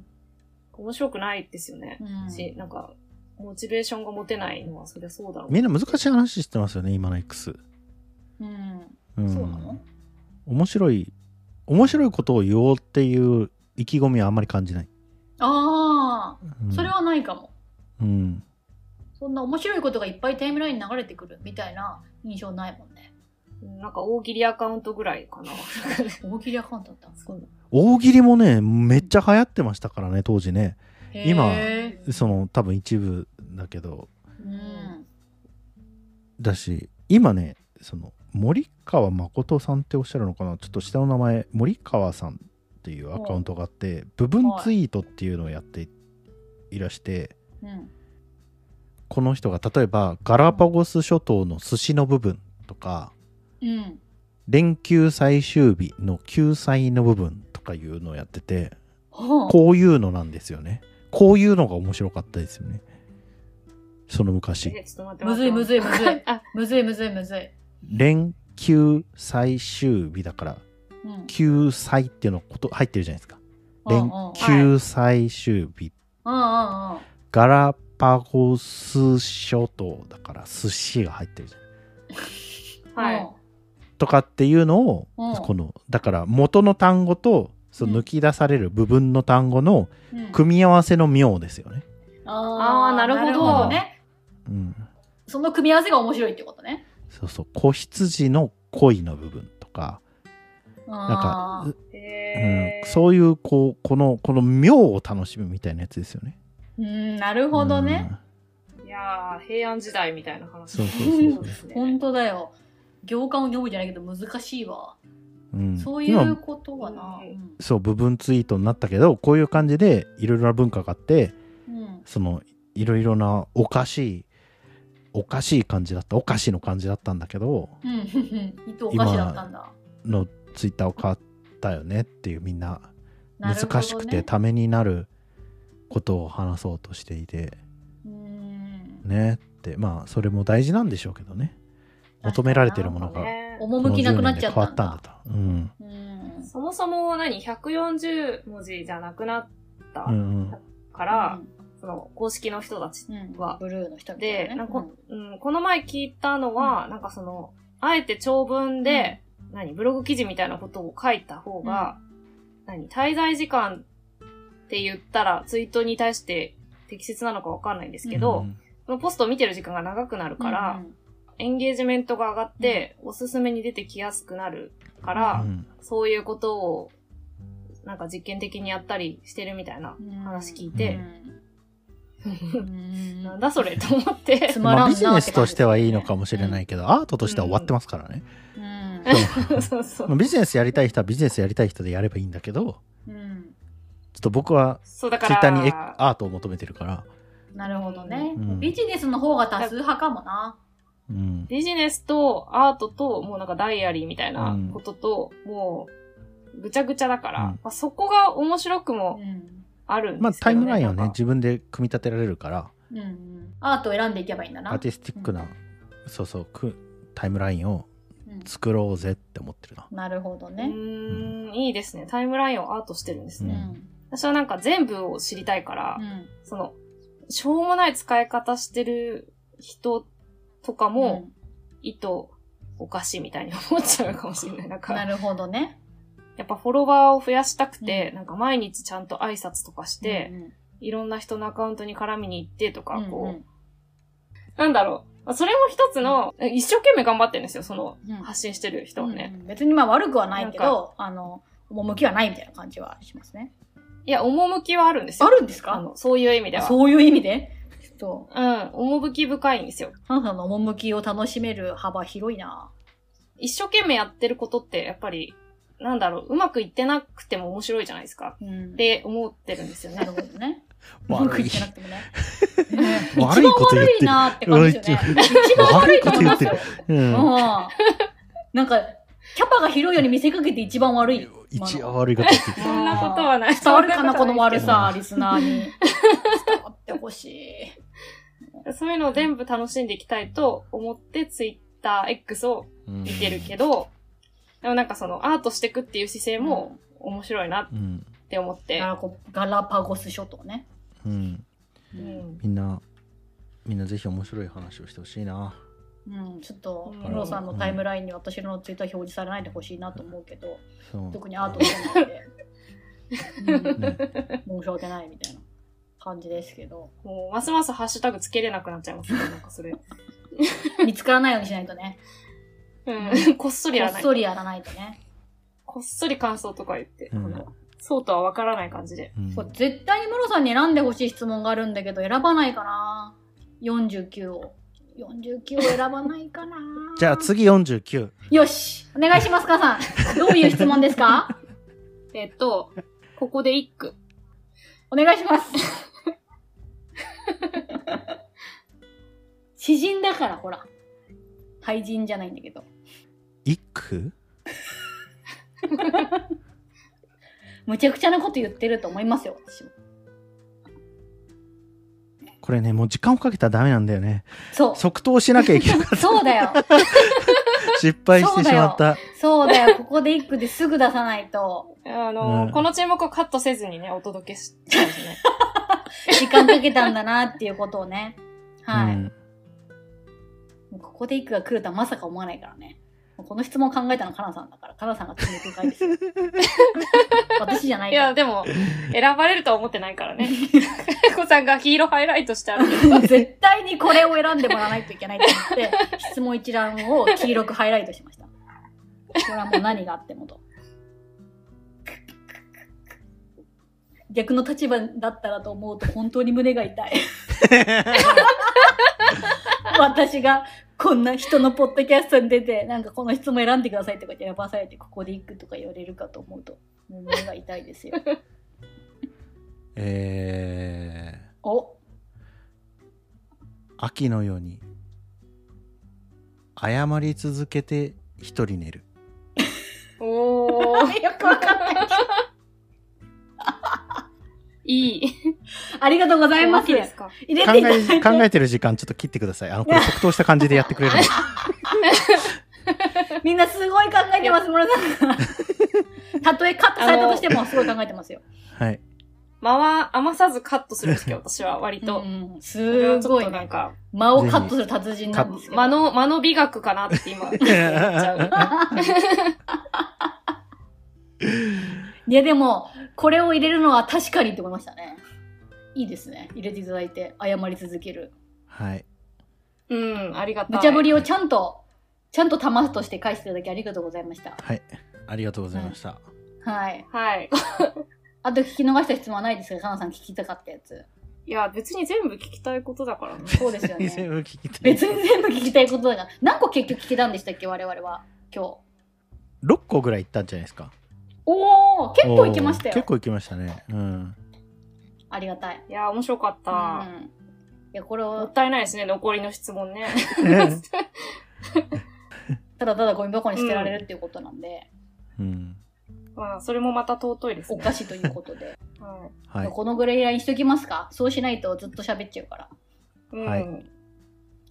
Speaker 5: 面白くないですよね。
Speaker 3: うん
Speaker 5: し、なんか、モチベーションが持てないのはそりゃそうだろう。
Speaker 4: みんな難しい話してますよね今の X、
Speaker 3: うん
Speaker 4: うん、
Speaker 3: そうなの
Speaker 4: 面白い面白いことを言おうっていう意気込みはあんまり感じない、
Speaker 3: ああ
Speaker 4: うん
Speaker 3: それはないかも
Speaker 4: うん
Speaker 3: そんな面白いことがいっぱいタイムラインに流れてくるみたいな印象ないもん ね。
Speaker 5: うんなんか大喜利アカウントぐらいかな。
Speaker 3: 大喜利アカウントだったんですか
Speaker 4: 大喜利もねめっちゃ流行ってましたからね当時ね今
Speaker 3: へ
Speaker 4: その多分一部だけど
Speaker 3: ーうん。
Speaker 4: だし今ねその森川誠さんっておっしゃるのかなちょっと下の名前森川さんっていうアカウントがあって部分ツイートっていうのをやっていらして
Speaker 3: うん。
Speaker 4: この人が例えばガラパゴス諸島の寿司の部分とか
Speaker 3: うん。
Speaker 4: 連休最終日の救済の部分とかいうのをやってて
Speaker 3: は
Speaker 4: こういうのなんですよねこういうのが面白かったですよねその昔
Speaker 5: え、ちょっと待って
Speaker 3: あ、むずいむず
Speaker 5: い。
Speaker 3: いむずい。
Speaker 5: あ、
Speaker 3: むずいむずいむずい。
Speaker 4: 連休最終日だから
Speaker 3: うん。
Speaker 4: 救済っていうのこと入ってるじゃないですか
Speaker 3: うんうん
Speaker 4: 連
Speaker 3: うん
Speaker 4: 休最終日
Speaker 3: うんうん。
Speaker 4: ガラパゴス諸島だから寿司が入ってるじゃん
Speaker 5: はい。
Speaker 4: とかっていうのを、
Speaker 3: うん
Speaker 4: このだから元の単語とその抜き出される部分の単語の
Speaker 3: うん。うん
Speaker 4: 組み合わせの妙ですよね。
Speaker 3: あ
Speaker 5: あ
Speaker 3: ー
Speaker 5: ーなるほど
Speaker 3: ね。
Speaker 4: うん、
Speaker 3: その組み合わせが面白いってことね。
Speaker 4: そうそう子羊の恋の部分とかな
Speaker 3: あ
Speaker 4: ん
Speaker 3: ー
Speaker 4: か、
Speaker 5: え
Speaker 4: うん、
Speaker 5: ー、
Speaker 4: そういうこうこのこの妙を楽しむみたいなやつですよね。
Speaker 3: うん、なるほどね。
Speaker 5: いやー、平安時代みたいな話。
Speaker 4: そうそうそうそう
Speaker 5: ですね
Speaker 3: ほんとだよ。行間を読むじゃないけど難しいわ。
Speaker 4: うん、うん
Speaker 3: そういう
Speaker 4: 今
Speaker 3: ことはな。
Speaker 4: そう部分ツイートになったけどこういう感じでいろいろな文化があって
Speaker 3: うん。うん
Speaker 4: そのいろいろなおかしいおかしい感じだったおかしの感じだったんだけど
Speaker 3: うんうん。 糸お菓子だったんだ。
Speaker 4: のツイッターを買ったよねっていうみんな
Speaker 3: なるほどね
Speaker 4: 難しくてためになることを話そうとしていて
Speaker 3: うーん
Speaker 4: ねってまあそれも大事なんでしょうけどね求められてるものが
Speaker 5: ね
Speaker 3: 趣なくなっちゃっ
Speaker 4: この
Speaker 3: た
Speaker 4: 10
Speaker 3: んだ
Speaker 4: 年で変わっ。たんだ
Speaker 3: うん
Speaker 5: そもそも何 ?140 文字じゃなくなった
Speaker 4: とうんうん
Speaker 5: から、その公式の人たち
Speaker 3: うんうん
Speaker 5: は
Speaker 3: ブルーの人みたい
Speaker 5: で、
Speaker 3: な
Speaker 5: な
Speaker 3: ね
Speaker 5: んか、うん、この前聞いたのは、なんかその、あえて長文で、何、ブログ記事みたいなことを書いた方が、何、滞在時間って言ったら、ツイートに対して適切なのかわかんないんですけど、
Speaker 4: うん
Speaker 5: そのポストを見てる時間が長くなるから、
Speaker 3: うん
Speaker 5: エンゲージメントが上がって、おすすめに出てきやすくなるから、
Speaker 4: うん
Speaker 5: そういうことを、なんか実験的にやったりしてるみたいな
Speaker 3: うん
Speaker 5: 話聞い
Speaker 4: うん
Speaker 5: て、
Speaker 3: うん
Speaker 5: なんだそれと思って
Speaker 3: つ、ま
Speaker 4: ま
Speaker 3: ら
Speaker 4: あ
Speaker 3: んなっ
Speaker 4: ビ
Speaker 3: て
Speaker 4: ジ
Speaker 3: 感じ
Speaker 4: ネスとしてはいいのかもしれないけどアートとしては終わってますからね
Speaker 3: うん
Speaker 5: そうそ
Speaker 4: まあ
Speaker 5: う。
Speaker 4: ビジネスやりたい人はビジネスやりたい人でやればいいんだけど、
Speaker 3: うん。
Speaker 4: ちょっと僕は
Speaker 5: そう、だか
Speaker 4: ツイ
Speaker 5: ら。
Speaker 4: ッターにエアートを求めてるから、
Speaker 3: なるほどね。
Speaker 4: うん
Speaker 3: ビジネスの方が多数派かもな。
Speaker 4: うん。
Speaker 5: ビジネスとアートと、もうなんかダイアリーみたいなことと、もう、ぐちゃぐちゃだから、
Speaker 4: うん
Speaker 5: まあ、そこが面白く
Speaker 3: う
Speaker 5: も
Speaker 3: ん。
Speaker 5: あるん
Speaker 4: まあ
Speaker 5: ですけ
Speaker 4: タイ
Speaker 5: ど、ね。
Speaker 4: ムラインをね、
Speaker 5: なんか
Speaker 4: 自分で組み立てられるから、
Speaker 3: うんうん。アートを選んでいけばいいんだな。
Speaker 4: アーティスティックな、そうそう、くタイムラインを
Speaker 3: うん
Speaker 4: 作ろうぜって思ってるな。
Speaker 3: なるほど
Speaker 5: う
Speaker 3: ね。
Speaker 5: ーん、いいですね。タイムラインをアートしてるんです
Speaker 3: う
Speaker 5: ね。
Speaker 3: ん。
Speaker 5: 私はなんか全部を知りたいから、
Speaker 3: うん
Speaker 5: その、しょうもない使い方してる人とかも、意図おかしいみたいに思っちゃうかもしれない。なん
Speaker 3: うんな
Speaker 5: か、
Speaker 3: るほどね。
Speaker 5: やっぱフォロワーを増やしたくて、
Speaker 3: う
Speaker 5: なんか毎日ちゃんと挨拶とかして、
Speaker 3: うん
Speaker 5: いろんな人のアカウントに絡みに行ってとか、
Speaker 3: うん、
Speaker 5: こう、なんだろう。まあそれも一つの、一生懸命頑張ってるんですよ、その、
Speaker 3: うん
Speaker 5: 発信してる人はね。
Speaker 3: うんうん別にまあ悪くはないけ
Speaker 5: な
Speaker 3: ど、あの、趣はないみたいな感じはしますね。
Speaker 5: いや、趣はあるんですよ。
Speaker 3: あるんですか
Speaker 5: あのそういう意味では。
Speaker 3: そういう意味で、 ちょっと、
Speaker 5: うん、趣深いんですよ。
Speaker 3: ハンさんの趣を楽しめる幅広いな。
Speaker 5: 一生懸命やってることって、やっぱり、なんだろう、うまくいってなくても面白いじゃないですか。
Speaker 3: うん。
Speaker 5: って思ってるんですよ
Speaker 3: な
Speaker 5: ね
Speaker 3: る。ほどね。
Speaker 4: 悪い
Speaker 3: 文句言ってなくてもね。ね一
Speaker 4: 悪い
Speaker 3: 番
Speaker 4: こと
Speaker 3: 悪
Speaker 4: 言って
Speaker 3: い
Speaker 4: る
Speaker 3: なって感じですよね。一番悪
Speaker 4: 悪
Speaker 3: い
Speaker 4: い
Speaker 3: と思
Speaker 4: こと
Speaker 3: い
Speaker 4: 言
Speaker 3: ま
Speaker 4: っ
Speaker 3: す
Speaker 4: て
Speaker 3: よ
Speaker 4: る。。うん。
Speaker 3: うんなんか、キャパが広いように見せかけて一番悪い。
Speaker 4: 一応悪いこと 言ってる。
Speaker 5: そんなことはない。
Speaker 3: 伝わるかな、この悪
Speaker 5: そんなこ
Speaker 3: さ、リスナーに。伝わってほしい。
Speaker 5: とはないですけど。そういうのを全部楽しんでいきたいと思って、ツイッター X を
Speaker 4: うん
Speaker 5: 見てるけど、でもなんかその、アートしてくっていう姿勢も面白いなっ
Speaker 4: うん。
Speaker 5: て思って
Speaker 3: ガ。ラコガラパゴス諸島ね。
Speaker 4: うん。
Speaker 3: う。
Speaker 5: うんん
Speaker 4: みんな、みんなぜひ面白い話をしてほしいな。
Speaker 3: うん、ちょっと、
Speaker 5: うん
Speaker 3: ムロさんのタイムラインに私のツイッター表示されないでほしいなと思うけど、
Speaker 4: そう
Speaker 3: 特にアートじゃないで。 うん
Speaker 4: ね
Speaker 3: 申し訳ないみたいな感じですけど、
Speaker 5: もう、ますますハッシュタグつけれなくなっちゃい ますね、なんかそれ。
Speaker 3: 見つからないようにしないとね。
Speaker 5: うん、 こっそり
Speaker 3: こ
Speaker 5: やらな
Speaker 3: っ
Speaker 5: い。
Speaker 3: そりやらないとね。
Speaker 5: こっそり感想とか言って、
Speaker 4: うん
Speaker 5: あのそうとはわからない感じで。
Speaker 4: うん
Speaker 3: これ絶対にムロさんに選んでほしい質問があるんだけど、選ばないかな。49を。49を選ばないかな。
Speaker 4: じゃあ次49。
Speaker 3: よしお願いします、母さん。どういう質問ですか
Speaker 5: えっと、ここで一句。
Speaker 3: お願いします。詩人だから、ほら。俳人じゃないんだけど。
Speaker 4: 一句
Speaker 3: むちゃくちゃなこと言ってると思いますよ、私も。
Speaker 4: これね、もう時間をかけたらダメなんだよね。
Speaker 3: そう。
Speaker 4: 即答しなきゃ いけない。
Speaker 3: そうだよ。
Speaker 4: 失敗してしまった。
Speaker 3: そうだよ。ここで一句ですぐ出さないと、
Speaker 5: あの、
Speaker 4: うん
Speaker 5: この沈黙をカットせずにね、お届けしたんですね。
Speaker 3: 時間かけたんだなっていうことをね。はい。
Speaker 4: うん
Speaker 3: もうここで一句が来るとはまさか思わないからね。もうこの質問考えたのはかなさんだから、かなさんが詰めてる回です よ。私じゃない
Speaker 5: い
Speaker 3: から。
Speaker 5: や、でも、選ばれるとは思ってないからね。 かこさんがヒーローハイライトしてあるけど。
Speaker 3: 絶対にこれを選んでもらわないといけないと思って、質問一覧を黄色くハイライトしました。これはもう何があってもと。逆の立場だったらと思うと本当に胸が痛い。私がこんな人のポッドキャストに出て、なんかこの質問選んでくださいとか選ばされて、ここで行くとか言われるかと思うと、もう胸が痛いですよ。
Speaker 4: え
Speaker 3: お、
Speaker 4: ー、秋のように、謝り続けて一人寝る。
Speaker 5: おー、
Speaker 3: よくわかんない。
Speaker 5: いい。
Speaker 3: ありがとうございます。
Speaker 5: お
Speaker 3: 入
Speaker 5: まけですか
Speaker 3: れ
Speaker 4: 考
Speaker 3: ていただい
Speaker 4: え、
Speaker 3: て。
Speaker 4: 考えてる時間ちょっと切ってください。あの、これ即答した感じでやってくれるんで。
Speaker 3: みんなすごい考えてます、村さんが。たとえカットされたとしても、すごい考えてますよ。
Speaker 4: はい。
Speaker 5: 間は余さずカットするんですけど、私は割と。
Speaker 3: うんうん
Speaker 5: それは
Speaker 3: す
Speaker 5: ちょ
Speaker 3: ご
Speaker 5: っ
Speaker 3: い
Speaker 5: となん
Speaker 3: ね。
Speaker 5: か、
Speaker 3: 間をカットする達人なんですけど。
Speaker 5: 間の、間の美学かなっ て今、思っちゃう。
Speaker 3: いや、でも、これを入れるのは確かにって思いましたね。いいですね。入れていただいて、謝り続ける。
Speaker 4: はい。
Speaker 5: うん、ありがたい。
Speaker 3: 無茶ぶりをちゃんと、ちゃんと玉として返していただきありがとうございました。
Speaker 4: はい。ありがとうございました。
Speaker 3: はい。
Speaker 5: はい。
Speaker 3: あと聞き逃した質問はないですかかなさん聞きたかったやつ。
Speaker 5: いや、別に全部聞きたいことだから ね。
Speaker 3: そうですよね
Speaker 4: 全。部聞きたい
Speaker 3: 別に全部聞きたいことだから。何個結局聞けたんでしたっけ我々は。今日。
Speaker 4: 6個ぐらい行ったんじゃないですか
Speaker 3: おお結構いきましたよ
Speaker 4: おー結構行きましたね うん
Speaker 3: ありがたい
Speaker 5: いやー、面白かった。
Speaker 3: うんいやこれを
Speaker 5: もったいないですね、残りの質問ね。
Speaker 3: ただただゴミ箱に捨てられるっていうことなんで、
Speaker 4: うん
Speaker 5: まあ、それもまた尊いです
Speaker 3: お
Speaker 5: ね。
Speaker 3: かしいということで、
Speaker 5: は
Speaker 4: はい
Speaker 3: このぐらいにしときますかそうしないとずっと喋っちゃうから
Speaker 5: い。うん。
Speaker 4: はい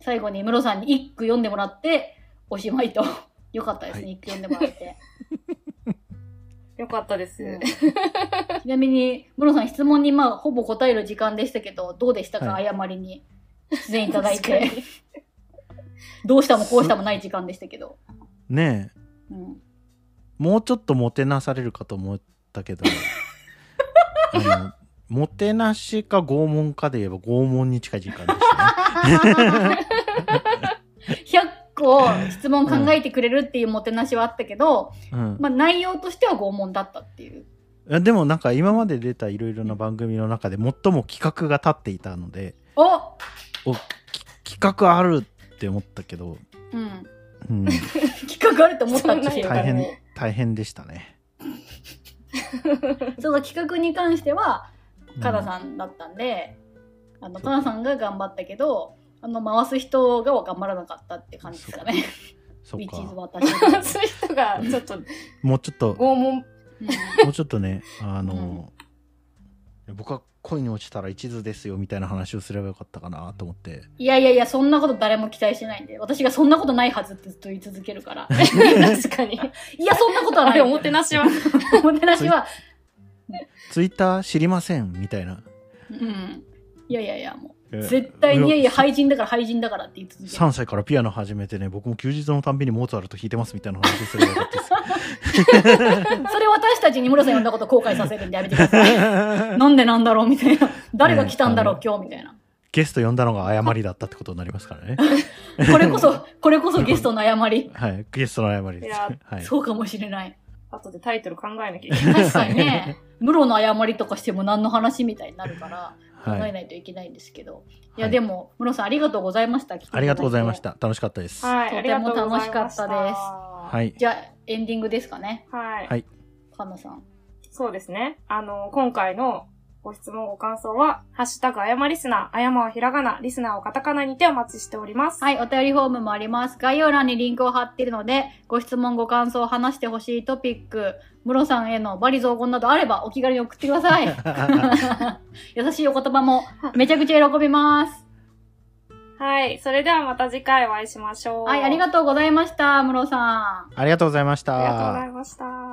Speaker 3: 最後にムロさんに一句読んでもらっておしまいと よかったです
Speaker 4: は
Speaker 3: ね、一句読んでもらって、
Speaker 5: よかったです。
Speaker 3: うん ちなみにムロさん質問にまあほぼ答える時間でしたけどどうでしたか、
Speaker 4: は
Speaker 3: 謝りに出演いただい
Speaker 5: 確
Speaker 3: て
Speaker 5: かに
Speaker 3: どうしたもこうしたもない時間でしたけど、
Speaker 4: ねえ
Speaker 3: うん、
Speaker 4: もうちょっともてなされるかと思ったけど あのもてなしか拷問かで言えば拷問に近い時間で したね
Speaker 3: 100個質問考えてくれるっていうもてなしはあったけど、
Speaker 4: うん
Speaker 3: まあ、内容としては拷問だったっていう
Speaker 4: いやでもなんか今まで出たいろいろな番組の中で最も企画が立っていたので
Speaker 3: お
Speaker 4: き企画あるって思ったけど、
Speaker 3: うん
Speaker 4: うん、
Speaker 3: 企画あると思ったっ
Speaker 5: そんな
Speaker 3: て
Speaker 5: に
Speaker 3: いう
Speaker 4: 大変大変でしたね。
Speaker 3: その企画に関しては
Speaker 4: う
Speaker 3: カナさんだったんで、あのカナさんが頑張ったけどあの回す人が頑張らなかったって感じですかね。
Speaker 4: そっ
Speaker 3: ビチーズ
Speaker 4: か
Speaker 3: 私。
Speaker 5: そういう人が、ちょっと、
Speaker 4: もうちょっと
Speaker 5: 拷 問、
Speaker 3: う
Speaker 4: もうちょっとねあの、僕は恋に落ちたら一途ですよみたいな話をすればよかったかなと思って
Speaker 3: んいやいやいやそんなこと誰も期待してないんで私がそんなことないはずってずっと言い続けるから
Speaker 5: 確かに。
Speaker 3: いやそんなことは
Speaker 5: あ
Speaker 3: な
Speaker 5: れ、
Speaker 3: い
Speaker 5: おもてなしは、
Speaker 3: おもてなしは、
Speaker 4: ツイッター知りませんみたいな
Speaker 3: うん、いやいやいやもう絶対にいやいや廃人だから廃人だからって言い続ける
Speaker 4: 3歳からピアノ始めてね僕も休日のたんびにモーツァルト弾いてますみたいな話をすればよかったです
Speaker 3: それ私たちに室さん呼んだこと後悔させるんでやめてくだ さいなんでなんだろうみたいな誰が来たんだろう今日みたいな
Speaker 4: ゲスト呼んだのが誤りだったってことになりますからね
Speaker 3: これこそ、これこそゲストの誤り。
Speaker 4: はいゲストの誤りで
Speaker 5: い
Speaker 4: す
Speaker 5: や
Speaker 4: はい
Speaker 3: そうかもしれない。
Speaker 5: 後でタイトル考えなきゃいけない。
Speaker 3: 確かにね、ムロの誤りとかしても何の話みたいになるから、考
Speaker 4: はい
Speaker 3: えないといけないんですけど。い、や、
Speaker 4: はい
Speaker 3: でも、ムロさんありがとうございました。来て
Speaker 4: ありがとうございました
Speaker 3: だて。
Speaker 4: 楽しかったですは
Speaker 5: はい、ありがとうございました。
Speaker 3: とても楽しかったです
Speaker 5: は。
Speaker 4: はいい
Speaker 3: じゃあ、エンディングですかね。
Speaker 5: はい
Speaker 4: はい。
Speaker 3: カンナさん。
Speaker 5: そうですね。あの、今回のご質問、ご感想は、ハッシュタグ、あやまリスナー、あやまはひらがな、リスナーをカタカナにてお待ちしております。
Speaker 3: はい、お便りフォームもあります。概要欄にリンクを貼っているので、ご質問、ご感想、話してほしいトピック、ムロさんへのバリ雑言などあればお気軽に送ってください。優しいお言葉もめちゃくちゃ喜びます。
Speaker 5: はい。それではまた次回お会いしましょう。
Speaker 3: はい、ありがとうございました、ムロさん。
Speaker 4: ありがとうございました
Speaker 5: ありがとうございました。